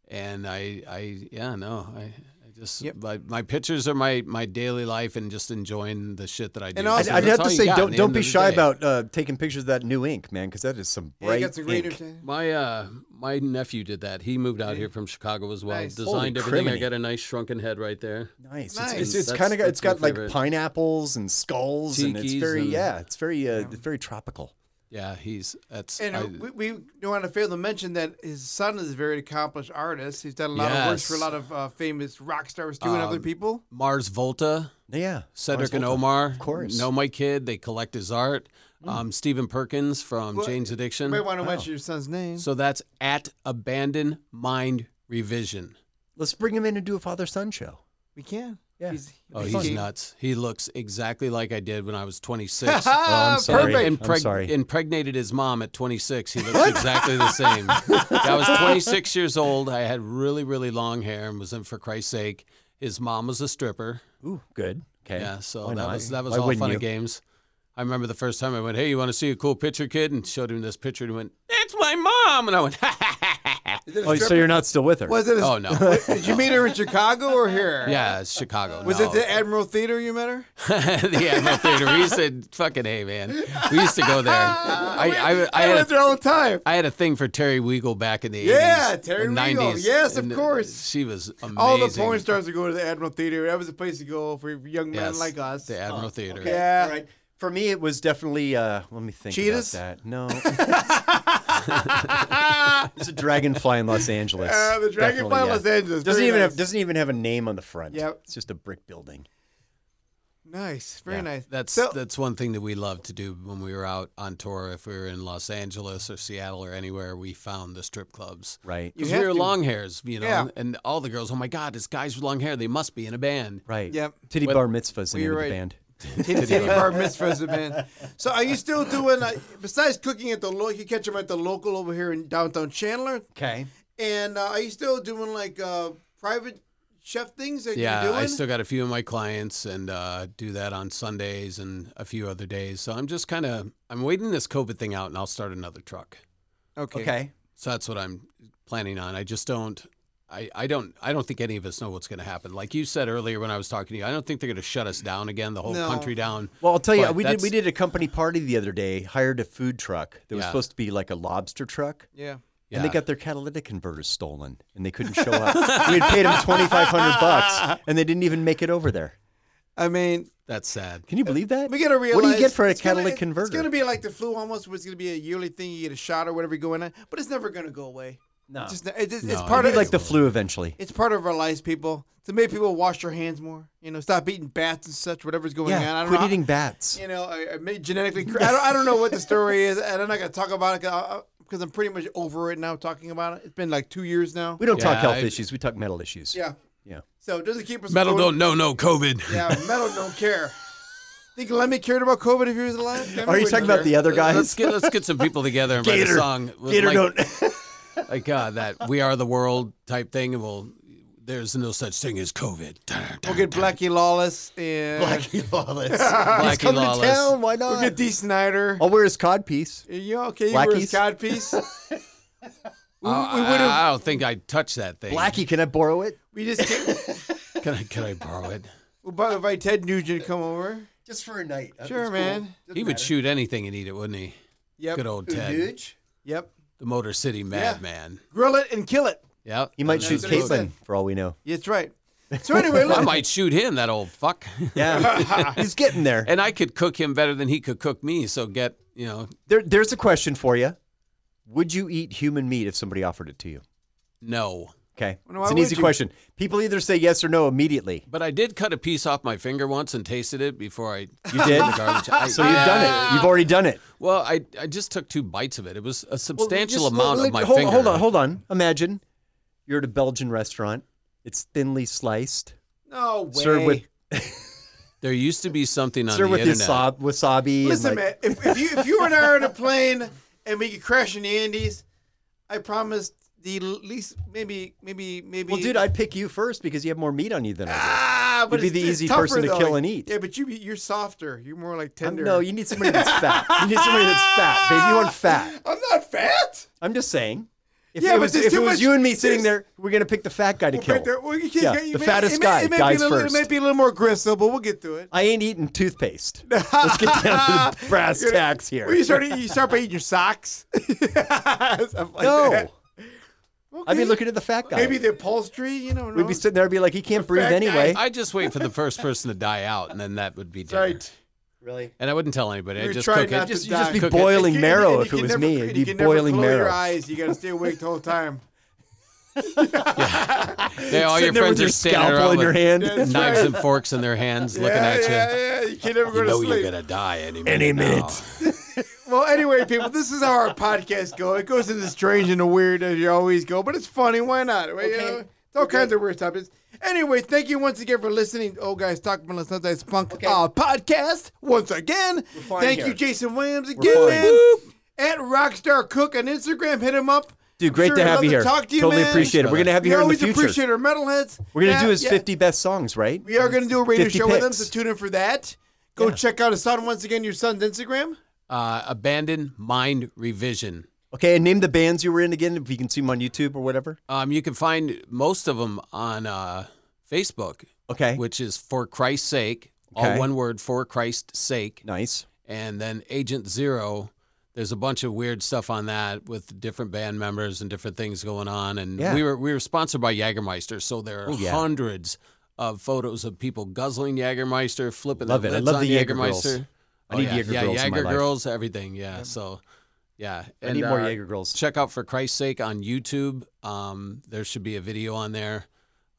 [SPEAKER 2] and I, I, yeah, no, I, I just,
[SPEAKER 1] Yep.
[SPEAKER 2] my, my pictures are my, my daily life and just enjoying the shit that I do.
[SPEAKER 1] And also-
[SPEAKER 2] So
[SPEAKER 3] I'd
[SPEAKER 2] that's
[SPEAKER 3] have
[SPEAKER 2] all
[SPEAKER 3] to
[SPEAKER 2] you
[SPEAKER 3] say,
[SPEAKER 2] got in
[SPEAKER 3] don't
[SPEAKER 2] the
[SPEAKER 3] don't
[SPEAKER 2] end
[SPEAKER 3] be
[SPEAKER 2] of the
[SPEAKER 3] shy
[SPEAKER 2] day.
[SPEAKER 3] about uh, taking pictures of that new ink, man, because that is some
[SPEAKER 1] yeah,
[SPEAKER 3] bright
[SPEAKER 1] you got some great
[SPEAKER 3] ink.
[SPEAKER 1] entertainment.
[SPEAKER 2] My, uh, my nephew did that. He moved out here from Chicago as well.
[SPEAKER 1] Nice.
[SPEAKER 2] Designed
[SPEAKER 3] Holy
[SPEAKER 2] everything. I
[SPEAKER 3] criminy.
[SPEAKER 2] got a nice shrunken head right there.
[SPEAKER 3] Nice.
[SPEAKER 1] Nice.
[SPEAKER 3] It's, it's, it's
[SPEAKER 2] That's-
[SPEAKER 3] kind of got,
[SPEAKER 2] that's
[SPEAKER 3] it's got
[SPEAKER 2] my
[SPEAKER 3] like
[SPEAKER 2] favorite.
[SPEAKER 3] pineapples and skulls, and it's
[SPEAKER 2] Tikis
[SPEAKER 3] very
[SPEAKER 2] and-
[SPEAKER 3] yeah, it's very uh, it's very tropical.
[SPEAKER 2] Yeah, he's that's.
[SPEAKER 1] And
[SPEAKER 2] I-
[SPEAKER 1] uh, we, we don't want to fail to mention that his son is a very accomplished artist. He's done a lot of work
[SPEAKER 2] Yes. Um,
[SPEAKER 1] for a lot of uh, famous rock stars, too, and other people.
[SPEAKER 2] Mars Volta,
[SPEAKER 3] Yeah,
[SPEAKER 2] Cedric and
[SPEAKER 3] Volta.
[SPEAKER 2] Omar,
[SPEAKER 3] of course. Mm.
[SPEAKER 2] know my kid. They collect his art. Um, Stephen Perkins from
[SPEAKER 1] Well,
[SPEAKER 2] Jane's Addiction.
[SPEAKER 1] You might want to mention your son's name.
[SPEAKER 2] Oh. So that's at Abandon Mind Revision.
[SPEAKER 3] Let's bring him in and do a father son show.
[SPEAKER 1] we can.
[SPEAKER 3] Yeah.
[SPEAKER 2] Oh,
[SPEAKER 1] he's
[SPEAKER 2] he's
[SPEAKER 1] gay.
[SPEAKER 2] nuts. He looks exactly like I did when I was 26.
[SPEAKER 1] Ah,
[SPEAKER 3] I'm sorry.
[SPEAKER 1] Perfect.
[SPEAKER 3] I'm
[SPEAKER 2] Impreg-
[SPEAKER 3] sorry.
[SPEAKER 2] Impregnated his mom at 26. He looks exactly the same. I was 26 years old. I had really, really long hair and was in for Christ's sake. His mom was a stripper.
[SPEAKER 3] Ooh, good. Okay.
[SPEAKER 2] Yeah, so
[SPEAKER 3] Why
[SPEAKER 2] that
[SPEAKER 3] not?
[SPEAKER 2] was that was
[SPEAKER 3] Why
[SPEAKER 2] all
[SPEAKER 3] wouldn't
[SPEAKER 2] fun
[SPEAKER 3] you?
[SPEAKER 2] and games. I remember the first time I went, "Hey, you want to see a cool picture, kid?" and showed him this picture, and he went, "That's my mom," and I went, "Ha ha ha ha!"
[SPEAKER 1] Is it a
[SPEAKER 3] Oh, so
[SPEAKER 1] stripper?
[SPEAKER 3] you're not still with her?
[SPEAKER 1] Was it a,
[SPEAKER 2] "Oh no,
[SPEAKER 1] Did you meet her in Chicago or here?
[SPEAKER 2] yeah, it's Chicago."
[SPEAKER 1] Was
[SPEAKER 2] no.
[SPEAKER 1] it the Admiral Theater you met her?
[SPEAKER 2] the Admiral Theater? We used to fucking hey man, we used to go there. I I, I
[SPEAKER 1] I
[SPEAKER 2] had
[SPEAKER 1] went
[SPEAKER 2] a,
[SPEAKER 1] there all the time.
[SPEAKER 2] I had a thing for Terry Weigel back in the
[SPEAKER 1] Yeah,
[SPEAKER 2] 80s,
[SPEAKER 1] Terry
[SPEAKER 2] and
[SPEAKER 1] Weigel.
[SPEAKER 2] 90s,
[SPEAKER 1] Yes, of
[SPEAKER 2] and uh,
[SPEAKER 1] course.
[SPEAKER 2] She was amazing.
[SPEAKER 1] All the porn stars would go to the Admiral Theater. That was a place to go for young men
[SPEAKER 2] Yes,
[SPEAKER 1] like us. Oh,
[SPEAKER 2] The Admiral Theater.
[SPEAKER 3] Okay,
[SPEAKER 1] Yeah.
[SPEAKER 3] All right. For me, it was definitely. Uh, let me think.
[SPEAKER 1] Cheetahs?
[SPEAKER 3] About that. No. it's a dragonfly in Los Angeles.
[SPEAKER 1] Uh, the
[SPEAKER 3] Definitely,
[SPEAKER 1] Dragonfly in
[SPEAKER 3] yeah.
[SPEAKER 1] Los Angeles.
[SPEAKER 3] Doesn't
[SPEAKER 1] Very
[SPEAKER 3] even
[SPEAKER 1] nice.
[SPEAKER 3] have doesn't even have a name on the front.
[SPEAKER 1] Yep.
[SPEAKER 3] It's just a brick building.
[SPEAKER 1] Nice. Very nice.
[SPEAKER 2] That's
[SPEAKER 1] so,
[SPEAKER 2] that's one thing that we loved to do when we were out on tour. If we were in Los Angeles or Seattle or anywhere, we found the strip clubs.
[SPEAKER 3] Right.
[SPEAKER 1] You
[SPEAKER 2] Because
[SPEAKER 1] have
[SPEAKER 2] we were
[SPEAKER 1] to.
[SPEAKER 2] long hairs, you know,
[SPEAKER 1] Yeah.
[SPEAKER 2] and all the girls. Oh my God, it's guys with long hair. They must be in a band.
[SPEAKER 3] Right.
[SPEAKER 1] Yep.
[SPEAKER 3] Titty bar mitzvahs in
[SPEAKER 1] Well, you're
[SPEAKER 3] the
[SPEAKER 1] right.
[SPEAKER 3] band.
[SPEAKER 1] Titty Titty Bar Mitzvahs have been. So are you still doing, uh, besides cooking at the local, you catch them at the local over here in downtown Chandler?
[SPEAKER 3] Okay.
[SPEAKER 1] And uh, are you still doing like uh, private chef things that
[SPEAKER 2] Yeah,
[SPEAKER 1] you're doing?
[SPEAKER 2] I still got a few of my clients and uh, do that on Sundays and a few other days. So I'm just kind of I'm waiting this COVID thing out, and I'll start another truck.
[SPEAKER 1] okay.
[SPEAKER 3] Okay.
[SPEAKER 2] So that's what I'm planning on. I just don't. I, I don't I don't think any of us know what's going to happen. Like you said earlier when I was talking to you, I don't think they're going to shut us down again, the whole
[SPEAKER 1] No.
[SPEAKER 2] country down.
[SPEAKER 3] Well, I'll tell you,
[SPEAKER 2] But
[SPEAKER 3] we did
[SPEAKER 2] that's-
[SPEAKER 3] we did a company party the other day. Hired a food truck that was
[SPEAKER 2] Yeah.
[SPEAKER 3] supposed to be like a lobster truck.
[SPEAKER 1] Yeah.
[SPEAKER 3] And they
[SPEAKER 2] Yeah.
[SPEAKER 3] got their catalytic converters stolen, and they couldn't show up. we had paid them twenty five hundred bucks, and they didn't even make it over there.
[SPEAKER 1] I mean,
[SPEAKER 2] That's sad.
[SPEAKER 3] Can you believe that?
[SPEAKER 1] we gotta realize
[SPEAKER 3] What do you get for a
[SPEAKER 1] it's gonna-
[SPEAKER 3] catalytic converter?
[SPEAKER 1] It's gonna be like the flu, almost. Where it's gonna be a yearly thing. You get a shot or whatever going on, but it's never gonna go away.
[SPEAKER 3] no.
[SPEAKER 1] It's just it- it's, it's
[SPEAKER 2] No,
[SPEAKER 1] part
[SPEAKER 2] it'd
[SPEAKER 1] of
[SPEAKER 2] be
[SPEAKER 3] like
[SPEAKER 1] like
[SPEAKER 3] the flu eventually.
[SPEAKER 1] it's part of our lives, people. To make people wash their hands more, you know, stop eating bats and such, whatever's going on. I
[SPEAKER 3] Yeah,
[SPEAKER 1] don't
[SPEAKER 3] quit
[SPEAKER 1] know.
[SPEAKER 3] eating bats.
[SPEAKER 1] You know, I, I may genetically. cor- I don't, I don't know what the story is, and I'm not gonna talk about it because I'm pretty much over it now. Talking about it, it's been like two years now.
[SPEAKER 3] We don't talk
[SPEAKER 2] Yeah,
[SPEAKER 3] health
[SPEAKER 2] I-
[SPEAKER 3] issues. We talk mental issues.
[SPEAKER 1] Yeah.
[SPEAKER 3] Yeah.
[SPEAKER 1] So it doesn't keep us.
[SPEAKER 2] Metal
[SPEAKER 1] going-
[SPEAKER 2] don't know no COVID.
[SPEAKER 1] Yeah, metal don't care. Think Lemmy cared about COVID if he was alive? Lemmy
[SPEAKER 3] Are you
[SPEAKER 1] wouldn't
[SPEAKER 3] talking about
[SPEAKER 1] care.
[SPEAKER 3] the other
[SPEAKER 2] Let's
[SPEAKER 3] guys?
[SPEAKER 2] get let's get some people together and write a
[SPEAKER 3] Gator.
[SPEAKER 2] song. with
[SPEAKER 3] Gator
[SPEAKER 2] like,
[SPEAKER 3] don't.
[SPEAKER 2] like uh, that "We Are the World" type thing, and we'll. There's no such thing as COVID. We'll
[SPEAKER 1] We'll get Blackie Lawless and
[SPEAKER 3] Blackie Lawless. He's
[SPEAKER 2] Blackie
[SPEAKER 3] coming
[SPEAKER 2] Lawless.
[SPEAKER 3] to town. Why
[SPEAKER 1] we'll get
[SPEAKER 3] not?
[SPEAKER 1] D. Snyder.
[SPEAKER 3] I'll wear Oh, his codpiece.
[SPEAKER 1] You okay? You were his
[SPEAKER 3] Blackies?
[SPEAKER 1] codpiece. we
[SPEAKER 2] I,
[SPEAKER 1] we would have.
[SPEAKER 2] I don't think I'd touch that thing.
[SPEAKER 3] Blackie, can I borrow it?
[SPEAKER 1] We just can't.
[SPEAKER 2] Can I, can I borrow it?
[SPEAKER 1] We'll probably invite Ted Nugent to come over.
[SPEAKER 3] Just for a night.
[SPEAKER 1] Sure, man.
[SPEAKER 2] He would shoot anything and eat it, wouldn't he?
[SPEAKER 1] Yep.
[SPEAKER 2] Good old Ted.
[SPEAKER 1] Yep.
[SPEAKER 2] the Motor City Madman.
[SPEAKER 1] Grill it and kill it.
[SPEAKER 2] Yeah.
[SPEAKER 3] He might
[SPEAKER 1] That's
[SPEAKER 3] shoot
[SPEAKER 1] what he
[SPEAKER 3] Caitlin
[SPEAKER 1] said.
[SPEAKER 3] for all we know.
[SPEAKER 1] That's right. So anyway,
[SPEAKER 2] I
[SPEAKER 1] look,
[SPEAKER 2] might shoot him, that old fuck.
[SPEAKER 3] Yeah, he's getting there.
[SPEAKER 2] and I could cook him better than he could cook me. So get, you know,
[SPEAKER 3] there. There's a question for you. Would you eat human meat if somebody offered it to you?
[SPEAKER 2] no.
[SPEAKER 3] Okay,
[SPEAKER 1] Well, no,
[SPEAKER 3] it's
[SPEAKER 1] why
[SPEAKER 3] an easy
[SPEAKER 1] would you?
[SPEAKER 3] question. People either say yes or no immediately.
[SPEAKER 2] But I did cut a piece off my finger once and tasted it before I.
[SPEAKER 3] You did.
[SPEAKER 2] The garbage. I-
[SPEAKER 3] So you've done it. You've already done it.
[SPEAKER 2] Well, I, I just took two bites of it. It was a
[SPEAKER 3] Well,
[SPEAKER 2] substantial
[SPEAKER 3] just-
[SPEAKER 2] amount
[SPEAKER 3] well,
[SPEAKER 2] of my
[SPEAKER 3] hold,
[SPEAKER 2] finger.
[SPEAKER 3] Hold on, hold on. Imagine you're at a Belgian restaurant. It's thinly sliced,
[SPEAKER 1] no way.
[SPEAKER 3] served with
[SPEAKER 2] There used to be something on
[SPEAKER 3] served
[SPEAKER 2] the
[SPEAKER 3] with
[SPEAKER 2] internet.
[SPEAKER 3] wasabi. wasabi
[SPEAKER 1] Listen,
[SPEAKER 3] and like,
[SPEAKER 1] man, if, if you if you and I are on a plane and we could crash in the Andes, I promise the least maybe maybe maybe.
[SPEAKER 3] Well, dude, I'd pick you first because you have more meat on you than I
[SPEAKER 1] ah, but
[SPEAKER 3] You'd be
[SPEAKER 1] it's,
[SPEAKER 3] the
[SPEAKER 1] it's
[SPEAKER 3] easy
[SPEAKER 1] tougher,
[SPEAKER 3] person to
[SPEAKER 1] though.
[SPEAKER 3] kill and eat.
[SPEAKER 1] Yeah, but you be- you're softer. You're more like
[SPEAKER 3] do.
[SPEAKER 1] tender.
[SPEAKER 3] no, you need somebody that's fat. You need somebody that's fat, baby. You want fat.
[SPEAKER 1] I'm not fat.
[SPEAKER 3] I'm just saying. If
[SPEAKER 1] Yeah,
[SPEAKER 3] it
[SPEAKER 1] but
[SPEAKER 3] was,
[SPEAKER 1] there's
[SPEAKER 3] if it
[SPEAKER 1] too
[SPEAKER 3] was
[SPEAKER 1] much-
[SPEAKER 3] you and me sitting
[SPEAKER 1] there's-
[SPEAKER 3] there, we're gonna pick the fat guy to
[SPEAKER 1] We'll
[SPEAKER 3] kill.
[SPEAKER 1] pick that- well, you
[SPEAKER 3] Yeah,
[SPEAKER 1] you
[SPEAKER 3] the fattest guy
[SPEAKER 1] It may,
[SPEAKER 3] dies
[SPEAKER 1] be a little,
[SPEAKER 3] first.
[SPEAKER 1] It may be a little more gristle, but we'll get to it.
[SPEAKER 3] I ain't eating toothpaste. Let's get down to the brass
[SPEAKER 1] You're-
[SPEAKER 3] tacks here.
[SPEAKER 1] Well, you start you start by eating your socks. Stuff like
[SPEAKER 3] no,
[SPEAKER 1] that.
[SPEAKER 3] I'd be
[SPEAKER 1] Okay.
[SPEAKER 3] looking at the fat guy.
[SPEAKER 1] Maybe the upholstery. You know,
[SPEAKER 3] we'd be sitting there and be like, he can't breathe
[SPEAKER 1] fat guy.
[SPEAKER 3] anyway.
[SPEAKER 2] I just wait for the first person to die out, and then that would be dinner.
[SPEAKER 1] Right.
[SPEAKER 3] Really?
[SPEAKER 2] And I wouldld't tell anybody. I
[SPEAKER 1] You're
[SPEAKER 2] just
[SPEAKER 1] trying
[SPEAKER 2] cook
[SPEAKER 1] not
[SPEAKER 2] it.
[SPEAKER 1] to
[SPEAKER 2] Just,
[SPEAKER 1] die.
[SPEAKER 2] just
[SPEAKER 3] Be
[SPEAKER 2] cook it.
[SPEAKER 3] boiling
[SPEAKER 1] And you-
[SPEAKER 3] marrow
[SPEAKER 1] and
[SPEAKER 3] if
[SPEAKER 1] you
[SPEAKER 3] it
[SPEAKER 1] can
[SPEAKER 3] was
[SPEAKER 1] never-
[SPEAKER 3] me.
[SPEAKER 1] and
[SPEAKER 3] It'd
[SPEAKER 1] you
[SPEAKER 3] be
[SPEAKER 1] can never
[SPEAKER 3] boiling
[SPEAKER 1] close
[SPEAKER 3] marrow.
[SPEAKER 1] Your eyes. You got to stay awake the whole time.
[SPEAKER 2] They, all your
[SPEAKER 3] Sitting there with
[SPEAKER 2] friends
[SPEAKER 3] your
[SPEAKER 2] are standing
[SPEAKER 3] scalpel
[SPEAKER 2] around
[SPEAKER 3] in your
[SPEAKER 2] with
[SPEAKER 3] hand.
[SPEAKER 1] Yeah.
[SPEAKER 2] knives and forks in their hands, looking
[SPEAKER 1] yeah,
[SPEAKER 2] at you.
[SPEAKER 1] yeah, yeah. You can never go
[SPEAKER 2] You
[SPEAKER 1] to
[SPEAKER 2] know
[SPEAKER 1] sleep.
[SPEAKER 2] you're gonna die any minute.
[SPEAKER 3] Any
[SPEAKER 2] now.
[SPEAKER 3] minute.
[SPEAKER 1] Well, anyway, people, this is how our podcast go. It goes into strange and the weird as you always go, but it's funny. Why not? Well, you know, it's all kinds of weird topics. Anyway, thank you once again for listening. Oh, guys, talking about Sunday Spunk uh, podcast once again.
[SPEAKER 3] fine
[SPEAKER 1] Thank
[SPEAKER 3] here.
[SPEAKER 1] you, Jason Williams,
[SPEAKER 3] fine.
[SPEAKER 1] again, man. At Rockstar Cook on Instagram, hit him up.
[SPEAKER 3] Dude, great
[SPEAKER 1] Sure,
[SPEAKER 3] to have
[SPEAKER 1] love
[SPEAKER 3] you here.
[SPEAKER 1] Talk to you,
[SPEAKER 3] totally
[SPEAKER 1] man.
[SPEAKER 3] appreciate it. We're gonna have you
[SPEAKER 1] We
[SPEAKER 3] here in the
[SPEAKER 1] always
[SPEAKER 3] future.
[SPEAKER 1] appreciate our metalheads.
[SPEAKER 3] We're gonna
[SPEAKER 1] Yeah,
[SPEAKER 3] do his
[SPEAKER 1] yeah.
[SPEAKER 3] 50 best songs, right?
[SPEAKER 1] We are gonna do a radio
[SPEAKER 3] 50
[SPEAKER 1] show with him,
[SPEAKER 3] picks.
[SPEAKER 1] so tune in for that. Go check out his son once again. Your son's Instagram.
[SPEAKER 2] Uh, abandon mind revision.
[SPEAKER 3] Okay, and name the bands you were in again if you can see them on YouTube or whatever.
[SPEAKER 2] Um, you can find most of them on uh, Facebook,
[SPEAKER 3] Okay,
[SPEAKER 2] which is for Christ's sake,
[SPEAKER 3] Okay.
[SPEAKER 2] all one word, for Christ's sake,
[SPEAKER 3] nice.
[SPEAKER 2] and then Agent Zero. There's a bunch of weird stuff on that with different band members and different things going on. And
[SPEAKER 3] Yeah.
[SPEAKER 2] we were we were sponsored by Jagermeister, so there are
[SPEAKER 3] Oh, yeah.
[SPEAKER 2] hundreds of photos of people guzzling Jagermeister, flipping
[SPEAKER 3] Love
[SPEAKER 2] their
[SPEAKER 3] it. I
[SPEAKER 2] lids
[SPEAKER 3] love
[SPEAKER 2] on
[SPEAKER 3] the Jaeger
[SPEAKER 2] Jägermeister.
[SPEAKER 3] girls. I
[SPEAKER 2] Oh,
[SPEAKER 3] need
[SPEAKER 2] yeah.
[SPEAKER 3] Jaeger
[SPEAKER 2] yeah,
[SPEAKER 3] girls in my
[SPEAKER 2] Jaeger
[SPEAKER 3] life.
[SPEAKER 2] girls, everything. Yeah, so yeah.
[SPEAKER 3] I need more
[SPEAKER 2] uh,
[SPEAKER 3] Jaeger girls.
[SPEAKER 2] check out for Christ's sake on YouTube. Um, there should be a video on there.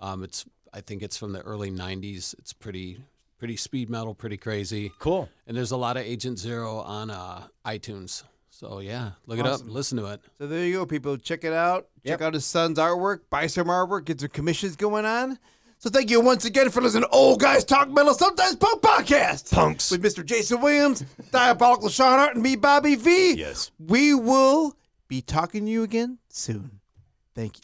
[SPEAKER 2] Um, it's I think it's from the early '90s. It's pretty pretty speed metal, pretty crazy,
[SPEAKER 3] Cool.
[SPEAKER 2] and there's a lot of Agent Zero on uh, iTunes. So yeah, look it
[SPEAKER 1] Awesome.
[SPEAKER 2] up, listen to it.
[SPEAKER 1] So there you go, people. Check it out.
[SPEAKER 3] Yep.
[SPEAKER 1] Check out his son's artwork. Buy some artwork. Get some commissions going on. So thank you once again for listening to Old Guys Talk Metal Sometimes Punk Podcast.
[SPEAKER 3] Punks.
[SPEAKER 1] With Mr. Jason Williams, Diabolical Sean Hart, and me, Bobby V.
[SPEAKER 3] Yes.
[SPEAKER 1] We will be talking to you again soon. Thank you.